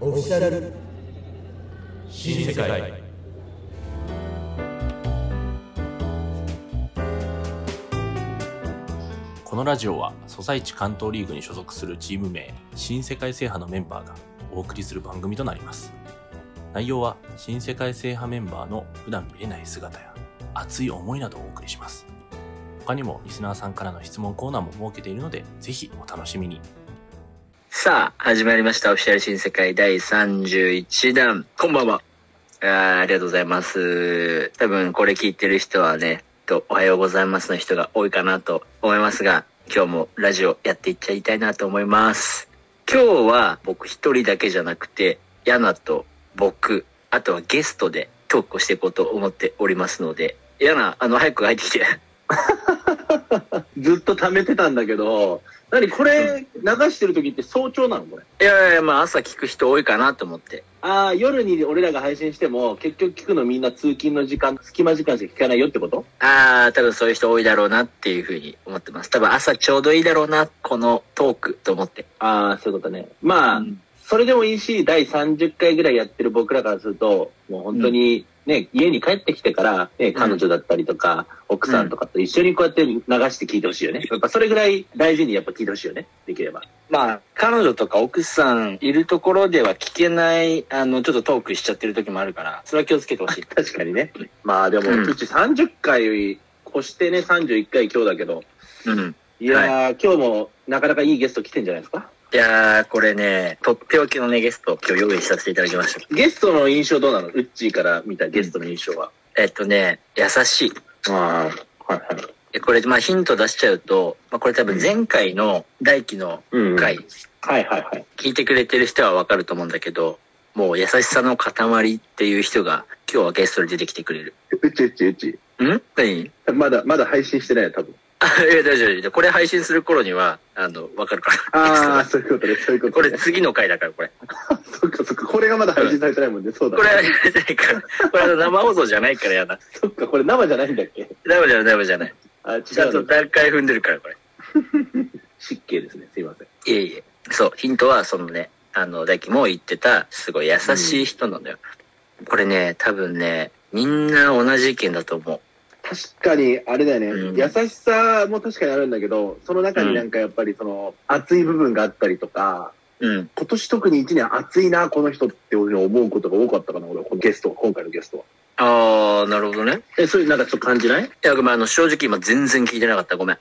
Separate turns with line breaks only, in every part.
オフィシャル
新世界このラジオはソサイチ関東リーグに所属するチーム名新世界制覇のメンバーがお送りする番組となります内容は新世界制覇メンバーの普段見れない姿や熱い思いなどをお送りします他にもリスナーさんからの質問コーナーも設けているのでぜひお楽しみに
さあ、始まりました。オフィシャル新世界第31弾。こんばんは。あーありがとうございます。多分これ聞いてる人はね、とおはようございますの人が多いかなと思いますが、今日もラジオやっていっちゃいたいなと思います。今日は僕一人だけじゃなくて、ヤナと僕、あとはゲストでトークをしていこうと思っておりますので、ヤナ、あの、早く入ってきて。
ずっと溜めてたんだけど、何これ流してる時って早朝なのこれ。
いやいや、まあ朝聞く人多いかなと思って。
ああ、夜に俺らが配信しても、結局聞くのみんな通勤の時間、隙間時間しか聞かないよってこと
ああ、多分そういう人多いだろうなっていうふうに思ってます。多分朝ちょうどいいだろうな、このトークと思って。
ああ、そういうことね。まあ、
うん
それでもいいし、第30回ぐらいやってる僕らからすると、もう本当に、ね、家に帰ってきてから、ね、彼女だったりとか、奥さんとかと一緒にこうやって流して聞いてほしいよね。やっぱそれぐらい大事にやっぱ聞いてほしいよね。できれば。
まあ、彼女とか奥さんいるところでは聞けない、あの、ちょっとトークしちゃってる時もあるから、それは気をつけてほしい。
確かにね。まあでも、
うん
うち30回越してね、31回今日だけど、
うん。
いやー、今日もなかなかいいゲスト来てんじゃないですか
いやー、これね、とっておきのね、ゲストを今日用意させていただきました。
ゲストの印象どうなのウッチーから見たゲストの印象は。
えっとね、優しい。
ああ、はいはい。
えこれ、まあヒント出しちゃうと、まあこれ多分前回の大輝の
うん、は
回、
いはいはい。
聞いてくれてる人はわかると思うんだけど、もう優しさの塊っていう人が今日はゲストで出てきてくれる。
ウッチウッチウッチ。
ん何
まだ、まだ配信してないよ、多分。
あ、いや、大丈夫大丈夫。これ配信する頃には、あの、わかるか
ああ、
ら。
そういうことね、そういうこと、
これ
ね。
次の回だから、これ。
そっかそっか、これがまだ配信されてないもんね、そうだ、
こ
ね。
れは、じゃないから。 これあの生放送じゃないからやな。
そっか、これ生じゃないんだっけ
ダメじゃない、ダメじゃない。
あ、違う
ちゃんと
の。
段階踏んでるから、これ。
失敬ですね、すいません。
いえいえ。そう、ヒントはそのね、あの、大輝も言ってた、すごい優しい人なんだよ。これね、多分ね、みんな同じ意見だと思う。
確かに、あれだよね、
うん
優しさも確かにあるんだけど、その中になんかやっぱりその、熱い部分があったりとか、
うん。
今年特に一年熱いな、この人っていうふうに思うことが多かったかな、俺は、このゲスト、今回のゲストは。
あー、なるほどね。
え、そういうなんかちょっと感じない
いや、ごめん、あの、正直今全然聞いてなかった。ごめん。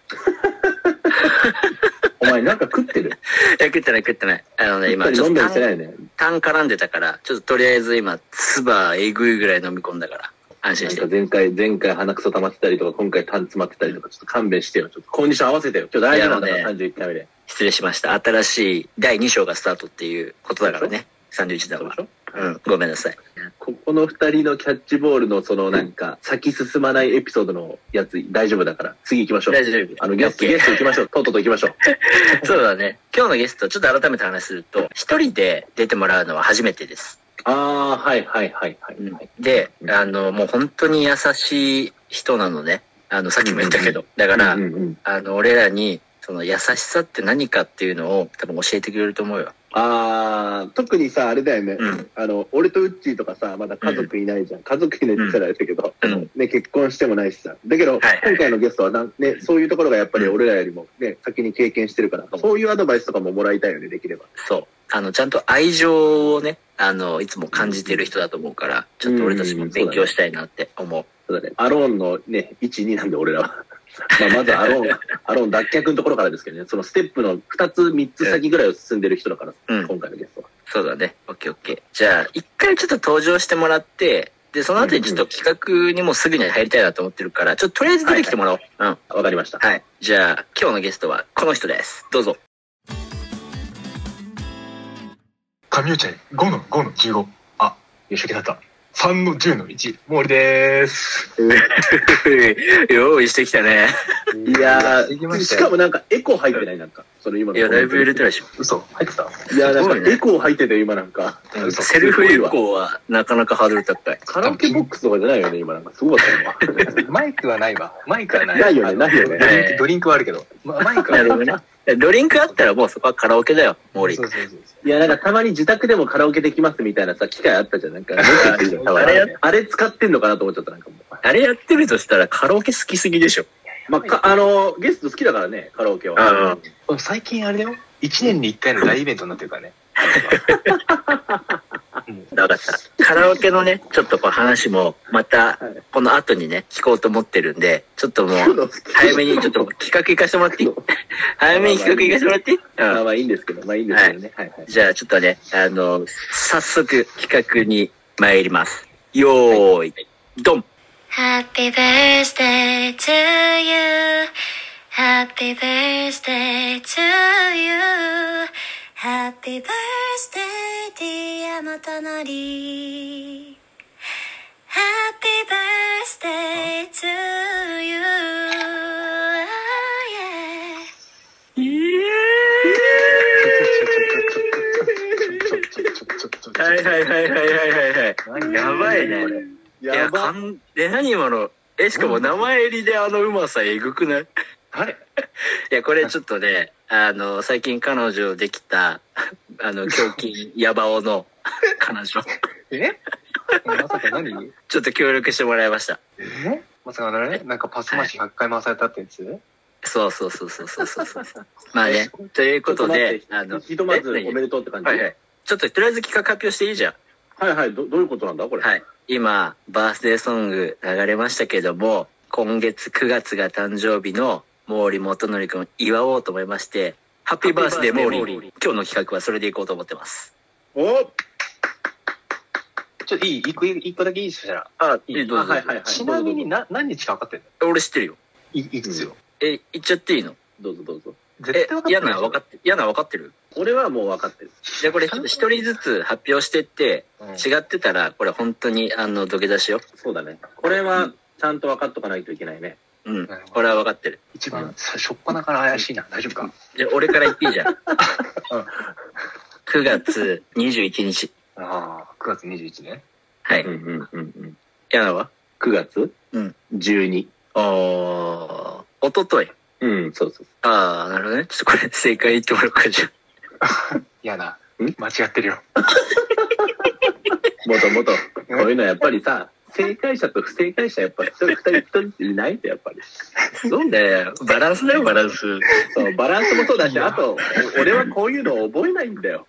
お前なんか食って る
いや、食ってない、食ってない。あのね、
食っ
今、
たり
ちょ
飲
っ
ん
と
だりしてな
単、
いよね。
単絡んでたから、ちょっととりあえず今、唾えぐいぐらい飲み込んだから、安心
な
し
ん
て
か。前回、前回鼻くそ溜まってたりとか、今回痰詰まってたりとか、ちょっと勘弁してよ。ちょっとコンディション合わせてよ。今日大丈夫なんだ
いや
か
も
ら、31回目で。
失礼しました。新しい第2章がスタートっていうことだからね。31弾
そうで
は
し。ょ
うん、ごめんなさい。
ここの二人のキャッチボールの、そのなんか、先進まないエピソードのやつ、大丈夫だから、次行きましょう。
大丈夫。
あの、ゲスト、ゲスト行きましょ う。とっとと行きましょう。
ト。そうだね。今日のゲスト、ちょっと改めて話すると、一人で出てもらうのは初めてです。
あー、はいはいはいはいはい。
で
う、ん
あの、もう本当に優しい人なのね。あの、さっきも言ったけど。だから、
うんうんうん
あの、俺らに、その優しさって何かっていうのを多分教えてくれると思うよ。
あー、特にさ、あれだよね。
うん。
あの、俺とウッチーとかさ、まだ家族いないじゃん。家族いないって言ったらあれだけど、
うん。
ね、結婚してもないしさ。だけ
は
ど、
い
今回のゲストはなん、ね、そういうところがやっぱり俺らよりもね、先に経験してるから、そういうアドバイスとかももらいたいよね、できれば。
そう。あの、ちゃんと愛情をね、あの、いつも感じてる人だと思うから、ちょっと俺たちも勉強したいなって思う。
そうだね。アローンのね、1、2なんで俺らは。 まあ、まずアロ ーン、アローン脱却のところからですけどね、そのステップの2つ、3つ先ぐらいを進んでる人だから、
うん。
今回のゲストは。
そうだね。オッケーオッケー。じゃあ、一回ちょっと登場してもらって、で、その後にちょっと企画にもすぐに入りたいなと思ってるから、ちょっととりあえず出てきてもらおう。うん。
わかりました。
はい。じゃあ、今日のゲストはこの人です。どうぞ。
神打ち合い5の5の15あよし受けた3の10の1もう俺でーす
用意してきたね。
いや
できま
ー、
し
したか
よ
もなんかエコ入ってないなんか。その今の。
いや、だいぶ揺れて
る。
るでしょ。
嘘入ってた
いや、なん
すご
か
いね
エコー入ってたよ、今なんか。
嘘
セルフエコーはなかなかハードル高い。
カラオケボックスとかじゃないよね、今なんか。すごかったよ
マイクはないわ。マイクはない。
ないよねないよね
ドリンクドリンクはあるけど。まマイクは
なるほどね。ドリンクあったらもうそこはカラオケだよ、モーリ
そ
ー。
うそうそう
今。いや、なんかたまに自宅でもカラオケできますみたいなさ、機械あったじゃん。 なんか、持ってきてるじゃん
あれやっ
あれ使ってんのかなと思っちゃった、なんかもう。
あれやってるとしたらカラオケ好きすぎでしょ。
まあ、かあのゲスト好きだからね、カラオケ
あ
は
あ。
そう。最近あれだよ。一年に一回の大イベントになってるからね。うん
だからカラオケのね、ちょっとこう話もまた
はい
この後にね、聞こうと思ってるんで、ちょっともう早めにちょっと企画行かしてもらっていい 早めに企画行かしてもらっていい
ま
う
あ
ん。
まあいいんですけど、まあいいんですけどね。はいはい。
じゃあちょっとね、あの、早速企画に参ります。よーい、ドン
Happy birthday to you. Happy birthday to you. Happy birthday, dear Motonori. Happy birthday to you. Oh, yeah.
はいはいはいはいはいはい。やばいね。いや、
や
か
ば
んえ、何今の。え、しかも名前入りであのうまさえぐくない
誰
いや、これちょっとね、あの、最近彼女できた、あの、胸筋ヤバオの彼女、
えまさか何
ちょっと協力してもらいました。
えまさかあれなんかパス回し100回回されたってやつ
そうそうそうそうそうそうそう。まあね、ということで、あの、
ひとまず
え何
おめでとうって感じ。
はいはい。ちょっととりあえず企画発表していいじゃん。
はいはいどどういうことなんだこれ。
はい。今、バースデーソング流れましたけども、今月9月が誕生日の毛利元則くん祝おうと思いまして、ハッピーバースデー毛利。今日の企画はそれでいこうと思ってます。
お
ちょっといい一個一個だけいいそしたら。
あ、
いい
どうぞ
あはいはいはい
ちなみにな何日か分かってんの
俺知ってるよ。
いいくつよ。
え、言っちゃっていいの
どうぞどうぞ。
絶
え
対分かっ、て
嫌
る
なの分かって、嫌なの分かってる
俺はもう分かってる。
じゃあこれちょっと一人ずつ発表してって、
うん
違ってたら、これ本当にあの、土下座しよ
そうだね。これはちゃんと分かっとかないといけないね。
う。うん
なるほ。ど
これは分かってる。
一番最初っ端から怪しいな。大丈夫か
じゃあ俺から言っていいじゃん。9月21日。
ああ、9月21ね。
は
う
い。
んうんうん。
嫌なのは
9月
うん
12。
ああ、おととい。
うん、そうそう。
ああ、なるほどね。ちょっとこれ、正解言ってもらおうか、じゃあ。
嫌な。
ん
間違ってるよ。
もともと。こういうのはやっぱりさ、正解者と不正解者やっぱ一人二人一人っていないんだよやっぱり。
そうだよ。バランスだよ、バランス。
そう、バランスもそうだし、あと、俺はこういうのを覚えないんだよ。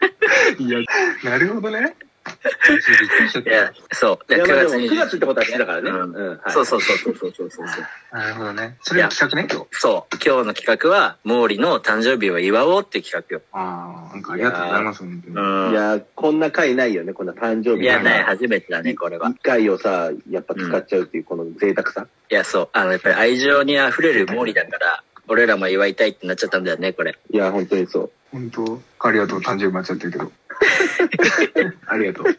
いや、 なるほどね。びっくりしちゃっ
いや
た、
そう。
い
だ
や、
か
まあ
ら
で
9
も
月
9
2
月ってことはしてたからね。
うん
うん。はい
そうそうそうそうそうそうそう。
なるほどね。それは企画ね、今日。
そう。今日の企画は、毛利の誕生日を祝おうっていう企画よ。
ああ、なんかありがとうございます、本当に。
いやー、こんな回ないよね、こんな誕生
うん。
日
いや、ない、
は
初めてだね、これは。
一回をさ、やっぱ使っちゃうっていう、この贅沢さ。
いや、そう。あの、やっぱり愛情に溢れる毛利だから、俺らも祝いたいってなっちゃったんだよね、これ。
いや、本当にそう。
本当ありがとう、誕生日待っちゃってる けど。ありがとう。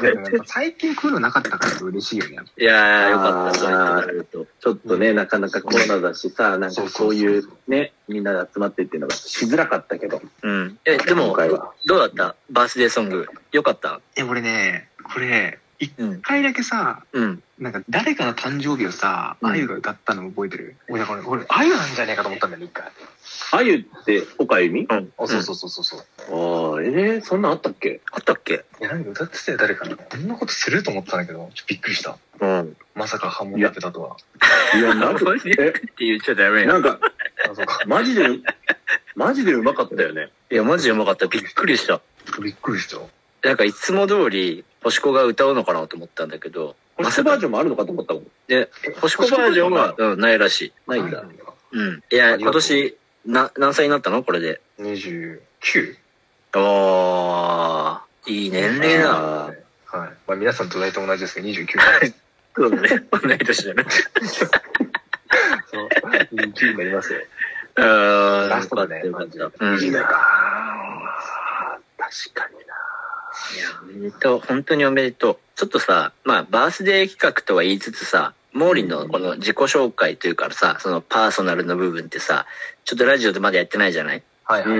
でもやっぱ最近こういうのなかったから嬉しいよね。
いやー、よかった、そう言っても
あー
らえると。
ちょっとね、なかなかコロナだしさ、なんかそうい
そう
うね、みんなで集まってっていうのがしづらかったけど、
うん。え、でも
今、回は。
どうだったバースデーソング。よかった
え、俺ね、これ、一
うん。
回だけさ、
うん。
なんか誰かの誕生日をさ、
うん
あゆが歌ったの覚えてる俺、だから俺、あゆなんじゃねえかと思ったんだよね、一回。
あゆって、岡由美あ
うん。
あ、そうそうそうそうそう。
あー、えー、そんなんあったっけ
あったっけ
え、なんか歌ってたよ、誰かの。こんなことすると思ったんだけど、ちょっとびっくりした。
うん。
まさかハモってたとは。
いや、な
なんん
か
か、
え、
って言っちゃダメ
な
よ。
んか、
あ、そうか。
マジで、マジでうまかったよね。
いや、マジうまかった。びっくりした。
びっくりした。
なんか、いつも通り、星子が歌うのかなと思ったんだけど、
星子バージョンもあるのかと思ったもん。
星子バージョンは、うん、ないらしい。
ないんだ。
うん。いや、
あり
今
がとう
年、な、何歳になったのこれで。
29?
あー、いい年齢だ。
あー
はい。まあ皆さんと大体同じですけど、29歳。
そうだね。同い年だね。
そう。29になりますよ。
うーん。
ラストだね
よかったよかった。うん。い
29
や、
代か。確かにな。
おめでとう。本当におめでとう。ちょっとさ、まあ、バースデー企画とは言いつつさ、モーリーのこの自己紹介というかさ、そのパーソナルの部分ってさ、ちょっとラジオでまだやってないじゃない
はいはい。
んう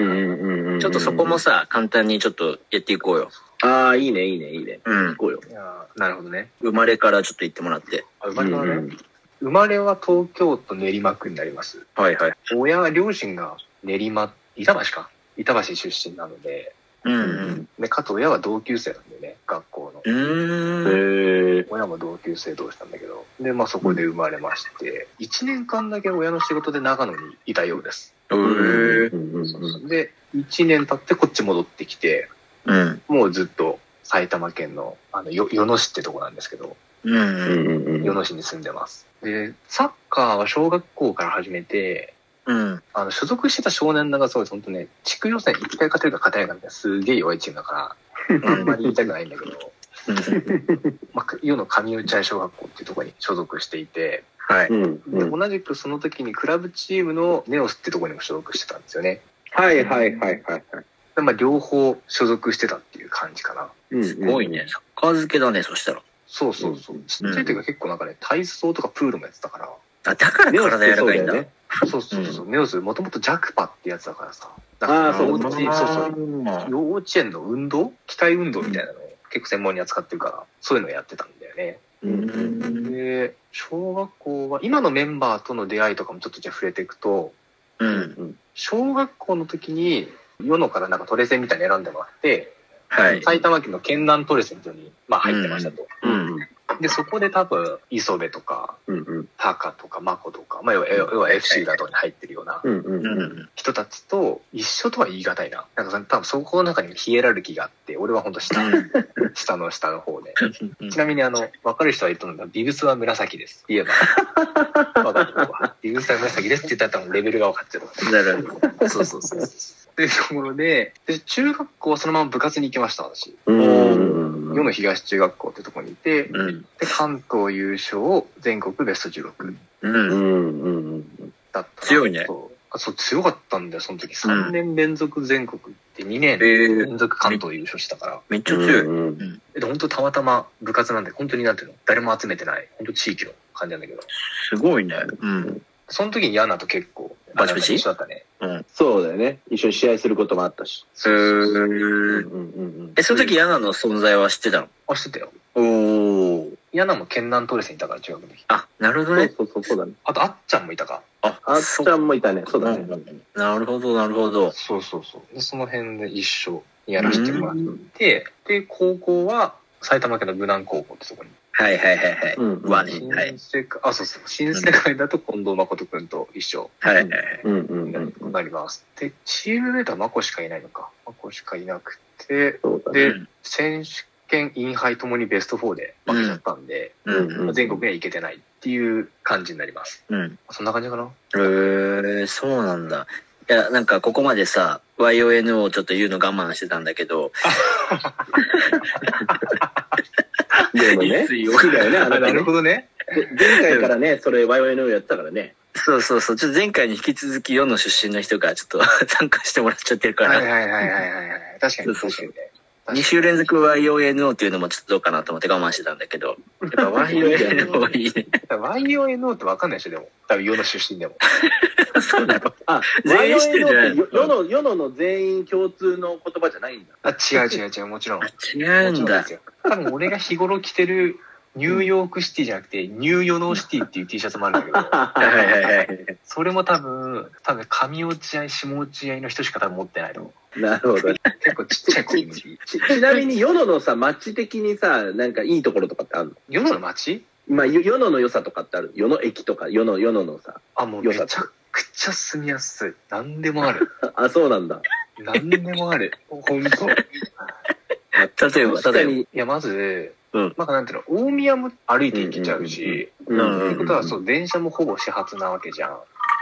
んうん
ちょっとそこも。さ、簡単にちょっとやっていこうよ。
ああ、いいね、いいね、いいね。
うん
行。こうよ。
いやーなるほどね。
生まれからちょっと言ってもらって。
あ生まれは
うんう
ね
ん、
生まれは東京都練馬区になります。
はいはい。
親、両親が練馬、板橋か。板橋出身なので、
うん
ね、かつ親は同級生なんでね、学校の。
うん。うーん。
へえ。
親も同級生同士なんだけど、で、まあそこで生まれまして、1年間だけ親の仕事で長野にいたようです。
うー
うんうんうん
で、1年経ってこっち戻ってきて、
うん。
もうずっと埼玉県の、あの、よ、与野市ってとこなんですけど、
う。
うんんうん
与野市に住んでます。で、サッカーは小学校から始めて、
うん。
あの、所属してた少年団がそうです。本当ね、地区予選一回勝てるか勝てないかみたいな、すげえ弱いチーム だから、あんまり言いたくないんだけど、まあ、世の上内茶小学校っていうところに所属していて、
はい。
うん
で同じくその時にクラブチームのネオスってところにも所属してたんですよね。
はいはいはいはいはい。
でまあ、両方所属してたっていう感じかな。
す
すごいね。。サッカー漬けだね、そしたら。
そうそうそう。ちっちゃい時は結構なんかね、体操とかプールもやってたから、
あ、だから
ネオスっ
体柔ら
てそう
か
だ
いん
よ
だ。
ね。
そうそうそう、ネオス、もともとジャクパってやつだからさ。
ああ、そ
そ
うう
そう
だ
そうそう
う
幼稚園の運動機体運動みたいなのを結構専門に扱ってるから、そういうのをやってたんだよね。
ん。
で、小学校は、今のメンバーとの出会いとかもちょっとじゃあ触れていくと、
うん。
小学校の時に、世のからなんかトレセンみたいに選んでもらって、
はい。
埼玉県の県南トレセンというのに、まあ入ってましたと。で、そこで多分、磯部とか、タカとか、マコとか、まあ要は要は FC などに入ってるような
うん。
人たちと一緒とは言い難いな。なんかその多分そこの中にもヒエラルキーがあって、俺は本当下、下の下の方で。ちなみにあの、わかる人はいると思うんだけどビブスは紫です。言え ば。わかる人はビブスは紫ですって言ったら多分レベルが分かっちゃう。
なるほど。
そうそうそうそう。っていうところで、で中学校はそのまま部活に行きました、私。世の東中学校ってとこにいて、で、
うん。
関東優勝、全国ベスト16
うん。
だったな。
強いね
そう。あそう、強かったんだよ、その時。3年連続全国って2年
ええ。
連続関東優勝したから。
めっちゃ強い。
えっと、本当たまたま部活なんで、本当になんていうの誰も集めてない、本当地域の感じなんだけど。
すごいね。うん。
その時にアンナと結構、
バチバチ
一緒だったね。
そうだよね。一緒に試合することもあったし。
え、その時、ヤナの存在は知ってたの
あ、してたよ。
おお。
ヤナも県南トレスにいたから、中学の時。
あ、なるほどね。
そうそうそうだね。
あと、あっちゃんもいたか。
あ、
あっちゃんもいたね。そうだね。
なるほど、なるほど。
そうそうそう。で、その辺で一緒にやらせてもらって、で、高校は埼玉県の武南高校ってとこに。
はいはいはいはい。
うん
はね。
新
はい。
世界、あ、そうそう。新世界だと近藤誠くんと一緒
はいはいはい。
うん
になります。で、チームメイトは真子しかいないのか。真子しかいなくて、
そうだね。
で
うん、
選手権、インハイともにベスト4で負けちゃったんで、
うん。
うん
全国には行けてないっていう感じになります。
うん。
そんな感じかな
えー、そうなんだ。いや、なんかここまでさ、YON をちょっと言うの我慢してたんだけど、
でも ね、好きだよね、あなたね。
どね。
前回からね、それ YYN やったからね。
そうそうそう、ちょっと前回に引き続き世の出身の人が ちょっと参加してもらっちゃってるか
はい
ら、
はいはいはいはいはい。確かに
そう
確
そ
か
う
にね。
2週連続 YON っていうのもちょっとどうかなと思って我慢してたんだけど、
やっぱ
YON も
YONO
いいね。
YONO ってわかんないでしょ、でも。多分、世の出身でも。
そうなの
あ、
全員知ってるんじゃない
YYN って世の、世のの全員共通の言葉じゃないんだ。
あ、違う違う違う、もちろん。も
違う
ち
ん
ろんで
だ
す。よ。多分、俺が日頃着てるニューヨークシティじゃなくて、ニューヨノーシティっていう T シャツもあるん だけど、
はいはいはい。
それも多分、多分、上落合、下落合の人しか多分持ってないと思う。
なるほど。
結構ちっちゃいコミュニティ。
ちちなみに、世ののさ、街的にさ、なんかいいところとかってあるの
世のの街
まあ、よ世のの良さとかってある世の駅とか、世の、世ののさ。
あ、もうめちゃくちゃ住みやすい。何でもあ る。
あ、そうなんだ。
何でもある。ほんと。
例えば、
確か
例えば。
に。
いや、まず、
うん
まあなんていうの、大宮も歩いて行けちゃうし、
うん。
ということは、そうう、電車もほぼ始発なわけじゃん。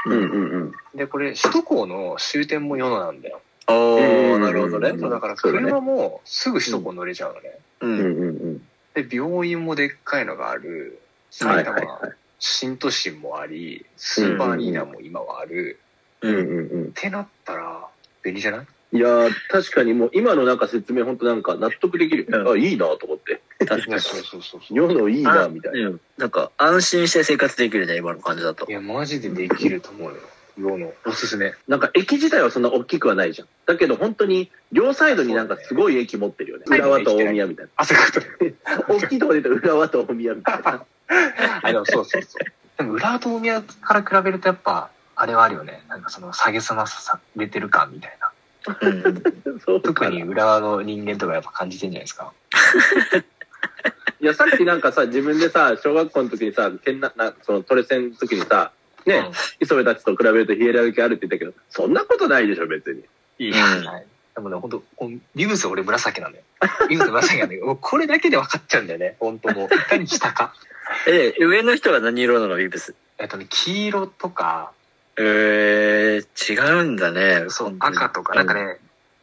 うんうんうん。
で、これ、首都高の終点も世野なんだよ。
お
え
ー、
ー
なるほどね
う。ん
そうだから、
そうだね
車もすぐ首都高乗れちゃうのね。
う
うん
ん。
うん
で、病院もでっかいのがある、
うん。は
埼
いはい
玉
はい。
新都心もあり、スーパーアリーナも今はある。
うんうんうん。
ってなったら、便利じゃない
いやー、確かにもう今のなんか説明、本当なんか納得できる。
うん
あ、いいなと思って。
確
や
かに。
そうそうそうそう。
日本のいいな
あ
みたいな。
うんなんか、安心して生活できるね、今の感じだと
い。や、マジでできると思うよ。世のおすすめ。
なんか駅自体はそんな大きくはないじゃん。だけど本当に両サイドになんかすごい駅持ってるよね。
そうだね
浦和と大宮みたいな。
あ、そういうことね。
大きいとこで言うと浦和と大宮みた いな。
あ、でもそうそうそう。でも、裏と宮から比べるとやっぱ、あれはあるよね。なんかその、下げすまされてる感みたいな。
うん。
そう
特
か
に
い
裏側の人間とかやっぱ感じてんじゃないですか。
や、さっきなんかさ、自分でさ、小学校の時にさ、けんななそのトレセンの時にさ、ね、磯部たちと比べるとヒエラルキーあるって言ったけど、そんなことないでしょ、別に。
いい
うん
はい。でもね、本当ビブス俺紫なんだよ。ビブス紫なんだけど、もう これだけで分かっちゃうんだよね。本当もう、いかに下か。
え、上の人は何色なの、ビブス。
えっとね、黄色とか、
えー、違うんだね。
そう、赤とか、
う
なんか。ね、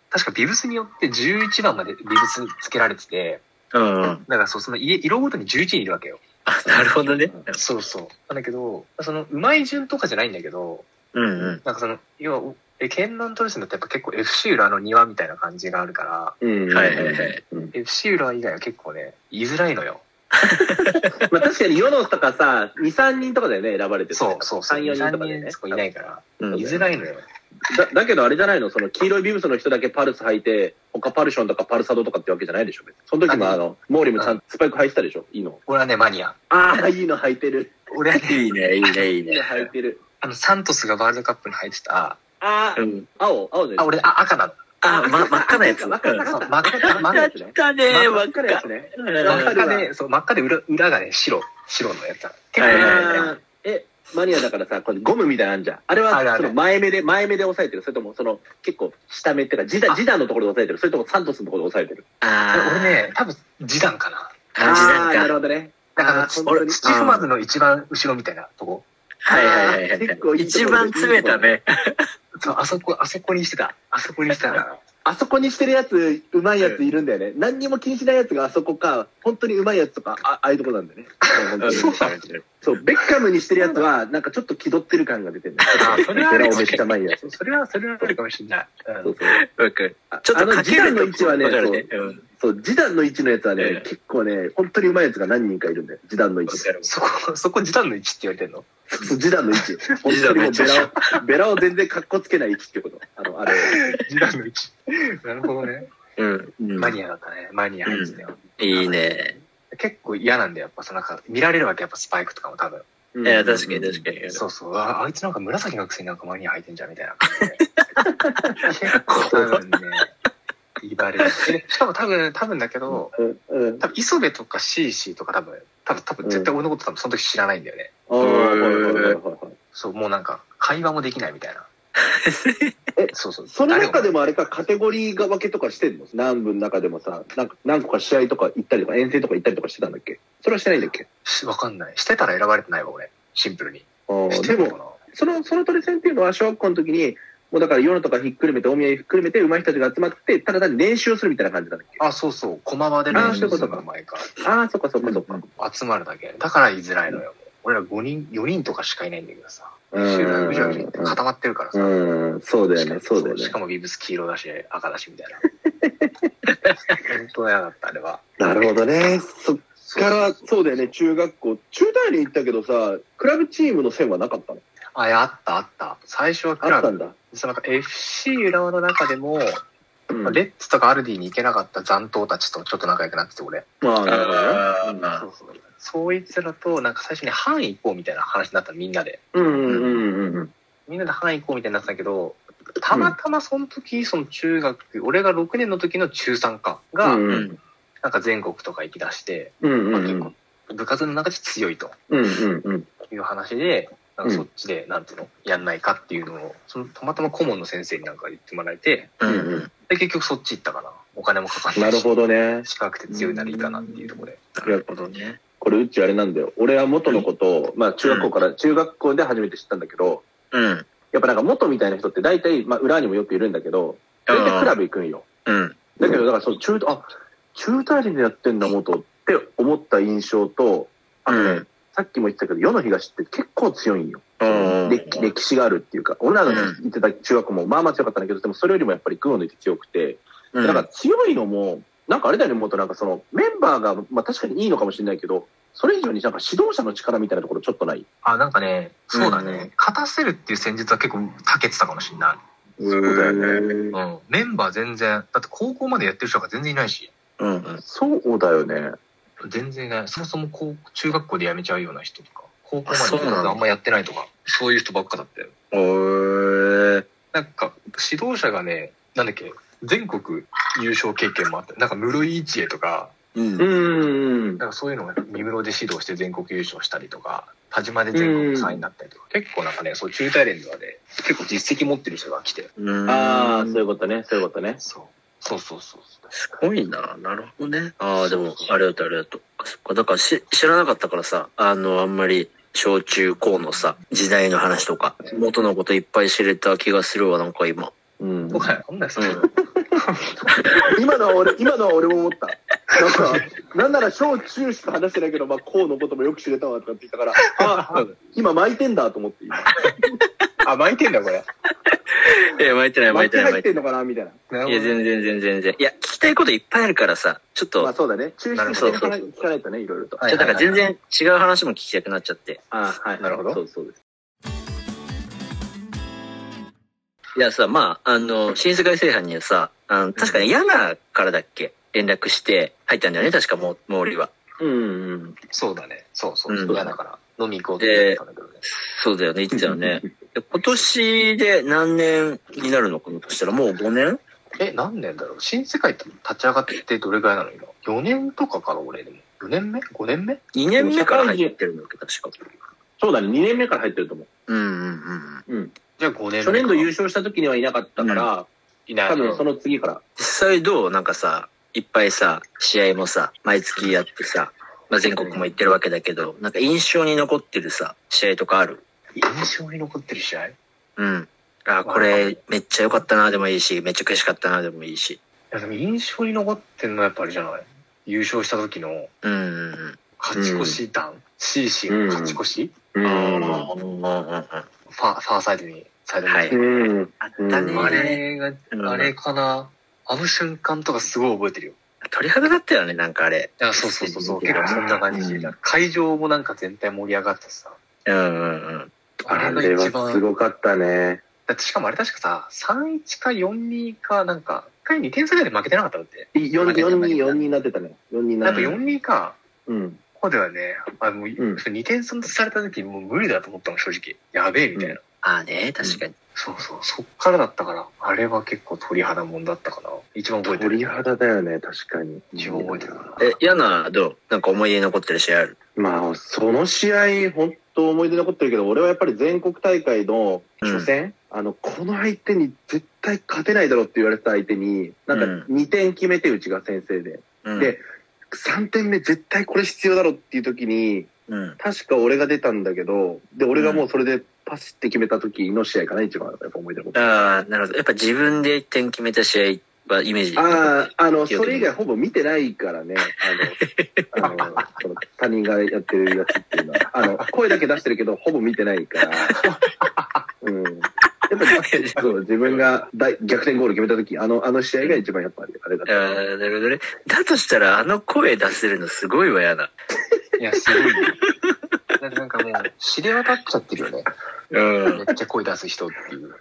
確かビブスによって11番までビブスつけられてて、
うんうん。
だからそう、その家色ごとに11人いるわけよ。
あ、なるほどね。
そうそう。なんだけど、その、うまい順とかじゃないんだけど、
うんうん。
なんかその、要はお、え、県南トレスンだってやっぱ結構 FC 裏の庭みたいな感じがあるか
う
ら、
ん
はいはいはい。
FC 裏以外は結構ね、言いづらいのよ。
まあ確かに世のとかさ、2、3人とかだよね、選ばれてる。
そうそうそう。
3、4人とかだよね。
そこいないから、
うん
言いづらいのよ。
だだけどあれじゃないのその黄色いビブスの人だけパルス履いて、他パルションとかパルサドとかってわけじゃないでしょ別にその時も
あ
あの、モーリーもちゃんとスパイク履いてたでしょいいの。
俺はね、マニア。
ああ、いいの履いてる。
俺 はね、
いいね、いいね、いい
いいの
ね。
履いてる。
あの、サントスがワールドカップに入ってた、
ああ、
うん。
青、青で
あ、俺、あ、赤なの。
あ、ま、真っ赤なやつ。
真っ赤なや
そう真っ赤、真っ赤
赤なやつね。
だね
真っ赤なやつね。
真
わ
っ
かるわ
赤で、そう、真っ赤で裏、裏がね、白、白のやつだ。結
はい
構ね
はいはい
あーえ、マニアだからさ、これゴムみたいなのあんじゃん。あれ
あるあ
は、そ
る
の前目で、前目で押さえてる。それとも、その、結構、下目っていうか、ジダ、
あ
ジダのところで押さえてる。それとも、サントスのところで押さえてる。
あー
俺、ね、多分、ジダンかな。
感じ
あー
な
なんる
か。
ほどね。
だか
あ
ら、
ー
ち
本当
俺、
に
土踏まずの一番後ろみたいなとこ。
はいはいはい
結
は
構
い。
いいとこ
一番詰めたね。
そう、あそこ、あそこにしてた。あそこにしてたな。
あそこにしてるやつ、うまいやついるんだよね。何にも気にしないやつがあそこか、本当にうまいやつとか、あああいうとこなんだよ ね。本当に
そう
そう、ベッカムにしてるやつは、なんかちょっと気取ってる感が出 てるんだよ。
あーそれはあ
ベ
る
ラ
か
オ
も
ベ
し
し
れ
か
ない。
まいやつ。
それは、それはあるかもしれない。うん
そう
わかる。
あ
ちょっと
あの、
か
時
ける
短の
と
位置はね、
わか
そ
る
う
ね。、うん。
そう、時短の位置のやつは
うん
ね、結構ね、本当にうまいやつが何人かいるんだよ。時短の位置
わ
で。
かる。
そこ、そこ、ジダンの位置って言われてんの
そう時短の 位置。本当にもうベラを、ベラを全然格好つけない位置ってこと。あの、あれ。
ジダンの位置。 なるほどね。
うん。
マニアだったね。マニアですね。
いいね。
結構嫌なんだよ。やっぱ、そのなんか、見られるわけ、やっぱスパイクとかも多分。
い
いや、確かに確かに。
そうそう。ああいつなんか紫のくせになんかマニア入ってんじゃんみたいな感じで。結構多分ね、言われる。えしかも多分、多分だけど、
に。うん、うん。
多分磯部とかシーシーとか多分、多分、多分絶対俺のこと多分その時知らないんだよね。
あーはいはいはいはいはい。
そう、もうなんか、会話もできないみたいな。
え
そうそう。
その中で
も。
もあれか、カテゴリーが分けとかしてんの南部の中でもさ、なんか何個か試合とか行ったりとか、遠征とか行ったりとかしてたんだっけそれはしてないんだっけ
しわかんない。してたら選ばれてないわ、俺。シンプルに。して
で
るのか
も、
な
その、そのトレセンっていうのは小学校の時に、もうだから世のとかひっくるめて、お見合いひっくるめて、上手い人たちが集まって、ただ単に練習をするみたいな感じなんだっけ
あ、そうそう。駒場でね
あーそういうことか
の前か。
ああ、そっかそっかそっか。
集まるだけ。だから言いづらいのよ。俺ら5人、4人とかしかいないんだけどさ。
うん
後ろ後ろに固まってるからさ。
うん、そうだよ
しか
ね、
も
そうだよ
し
ね
か。もビブス黄色だし、赤だしみたい な。本当だよだった、あれは。
なるほどね。そっ
そう
から、そうだよね、中学校。中大に行ったけどさ、クラブチームの線はなかったの
あ、いやあった、あった。最初はク
あ
ラ
った
ブ。
んだ。
そのなんか FC 浦和の中でも、
うん
まあレッツとかアルディに行けなかった残党たちとちょっと仲良くなってて、俺。
まあ、なるほどね。
ああ。
そうそう。そいつらと、なんか最初に藩行こうみたいな話になったのみんなで。
うんうんうんうん。
みんなで班行こうみたいになってたけど、たまたまその時、その中学、俺が6年の時の中3かが、
うん
うん。
なんか全国とか行き出して、
うんうん
まあ、
う
結
ん
構部活の中で強いと
うんうんうん。
いう話で、なんか
うん
そっちで、なんていうの、やんないかっていうのを、そのたまたま顧問の先生になんか言ってもらえて、
うん。
で結局そっち行ったかな。お金もかかんな
ないる
し、
ほどね。
近くて強いならいいかなっていうところで。
なるほどね。
これうちあれなんだよ。俺は元のことを、まあ中学校から、中学校で初めて知ったんだけど、
うん。
やっぱなんか元みたいな人って大体、まあ裏にもよくいるんだけど、大体クラブ行くんよ。
うん。
だけどだからその中、あ、中大人でやってんだ元って思った印象と、あのね、
うん
さっきも言ってたけど、世の東って結構強いんよ。
うんうん
歴歴史があるっていうか、俺らが
う
行ってた中学もまあまあ強かったんだけど、でもそれよりもやっぱり群を抜いて強くて、
うん
なんか強いのも、なんかあれだよね、もっとなんかそのメンバーが、まあ確かにいいのかもしれないけど、それ以上になんか指導者の力みたいなところちょっとない。
あ、なんかね、そうだね、
うん
勝たせるっていう戦術は結構たけてたかもしれない。
そう
だよね
ね。
うん。メンバー全然、だって高校までやってる人が全然いないし、
うんうん。
そうだよね。
全然いない。そもそも高中学校で辞めちゃうような人とか、高校ま
あそう
で
なんだ
あんまやってないとか、そういう人ばっかだったよ。
おー。
なんか、指導者がね、なんだっけ、全国優勝経験もあって、なんか室井一恵とか、
うん
う。ん。
なんかそういうのが三室で指導して全国優勝したりとか、田島で全国3位になったりとか、結構なんかね、そう中大連ではね、結構実績持ってる人が来て、
うん
ああ、そういうことね、そういうことね。
そう。そうそうそうそう。
すごいな。なるほどね。ああ、でも、ありがとう、ありがとう。あそっか。だからし、知らなかったからさ、あの、あんまり、小中高のさ、時代の話とか、元のこといっぱい知れた気がするわ、なんか今。
うん
そうかよ、なんだよ、そ
うん
れ。。
今のは俺、今のは俺も思った。なんか、なんなら小中しか話してないけど、まあ、こうのこともよく知れたわとかって言った から、あ、今巻いてんだと思って、今。
あ、巻いてんだ、これ。
いや、巻いてない、巻
巻
い
い
て
て
ない、巻
入
い
っててんのかなみたいな。
なる
な
ほ
い。い
ど
や、全
ね
然、全然、全然。いや、聞きたいこといっぱいあるからさ、ちょっと、
まあそうだね。中心してから聞かないとね、いろいろと。
は
ちょ
い
っとなんか全
はい
然違う話も聞きたくなっちゃって。
あはい
なるほど
そうそうです。
いやさ、まあ、あの、新世界制覇にはさ、あの確かにヤナからだっけ連絡して入ったんだよね、確かも、毛利は。
うんうん。
そうだね。そうそう
う
そ
ん
う。嫌だから、飲み行こうって言ったんだけどね。
そうだよね、言ってたよ ね。で今年で何年になるのかなとしたら、もう5年
え、何年だろう新世界って立ち上がってどれぐらいなの今。4年とかかな、俺でも。4年目 ?5 年目
?2 年目から入ってるんだっけ、確か。
そうだね、2年目から入ってると思う。
うんうんうん。
じゃあ5年目
初
か。
年度優勝した時にはいなかったから、
いない
多分その次から。
実際どうなんかさ、いっぱいさ、試合もさ、毎月やってさ、まあ、全国も行ってるわけだけど、なんか印象に残ってるさ、試合とかある
印象に残ってる試合い
うん。あ、これめっちゃ良かったなでもいいし、めっちゃ悔しかったなでもいいし。
や、でも印象に残ってんのはやっぱあれじゃない優勝した時の
うんうんうん。
勝ち越し弾、シーシーの勝ち越し、
う
あー
ファー、ファーサイドに、サイドに。
はい
うん。
あった
うん
あ
ね。
れが、
うん
あれかな。あの瞬間とかすごい覚えてるよ。
鳥肌だったよね、なんかあれ。
いや、そうそうそうそう。結構そんな感じ。
うん
会場もなんか全体盛り上がってさ。
うんうんうん。
あれが一番。
ごかったね。
だってしかもあれ確かさ、3-1か4-2かなんか、一回2点差ぐらいで負けてなかったのって。
4、4、2、4になってたね。4にな
な
んって
か
た。
4-2か、
うん。
ここではね、あもう2点差とされた時もう無理だと思ったの正直。やべえみたいな。
ああね、確かに。
そうそう、そっからだったから、あれは結構鳥肌もんだったかな。一番覚えてる。
だよね、確かに。
一番覚えてるかな。
え、ヤナはどうなんか思い出に残ってる試合ある
まあ、その試合、本当思い出に残ってるけど、俺はやっぱり全国大会の初戦、あの、この相手に絶対勝てないだろうって言われた相手に、なんか
うん
2点決めて、うちが先生で。
うん
で3点目絶対これ必要だろうっていう時に、
うん。
確か俺が出たんだけど、で、俺がもうそれでパスって決めた時の試合かな、一番やっぱ思い出に残ってる。
ああ、なるほど。やっぱ自分で点決めた試合はイメージ。
ああ、あの、
記
そ
憶に
れ以外ほぼ見てないからね。あの、あの、その他人がやってるやつっていうのは。あの、声だけ出してるけど、ほぼ見てないから。うん。やっぱ、そう、自分が大逆転ゴール決めた時、あの、あの試合が一番やっぱりあれだっ
あ
た。
ーなるほどね。だとしたら、あの声出せるのすごいわ、ヤナ。
いや、すごいね。なんかなんかもう、知れ渡っちゃってるよね。
うん。
めっちゃ声出す人っていう。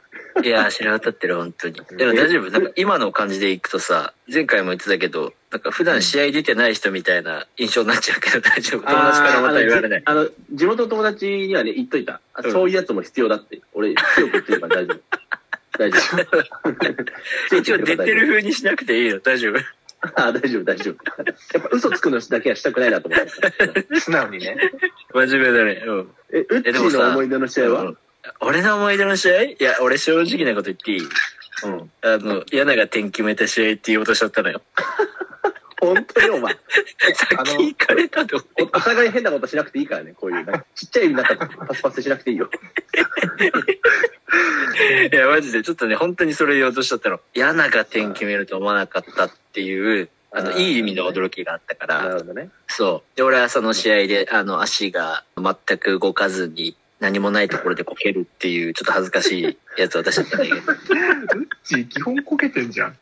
いやー、知らなかったってる、本当に。でも大丈夫。なんか今の感じでいくとさ、前回も言ってたけど、なんか普段試合出てない人みたいな印象になっちゃうけど大丈夫。友達からまた言われない。
あの、じあの地元の友達にはね、言っといた。あ
うん
そういうやつも必要だって。俺、強く言ってるから大丈夫。 大丈夫。
一応出てる風にしなくていいよ、大丈夫。
あ、大丈夫、大丈夫。やっぱ嘘つくのだけはしたくないなと思っ て。
素直にね。
真面目だね。うん。
え、ウッチ
えでも
ー
さ
の思い出の試合は、
うん俺の思い出の試合いや、俺正直なこと言っていい
うん、
あの、ヤナが点決めた試合って言おうとしちゃったの よ。
本当にお前、
先行かれたと思
おお互い変なことしなくていいからね、こういう、なんかちっちゃい意味になったらパスパスしなくていいよ。
って。いや、マジで、ちょっとね、本当にそれ言おうとしちゃったの。ヤナが点決めると思わなかったっていう、あの、
あー
いい意味の驚きがあったか
な
ら、
るほどね。
そう。で、俺はその試合で、あの、足が全く動かずに、何もないところでこけるっていう、ちょっと恥ずかしいやつ私だったんだ けど。
ち基本こけてんじゃん。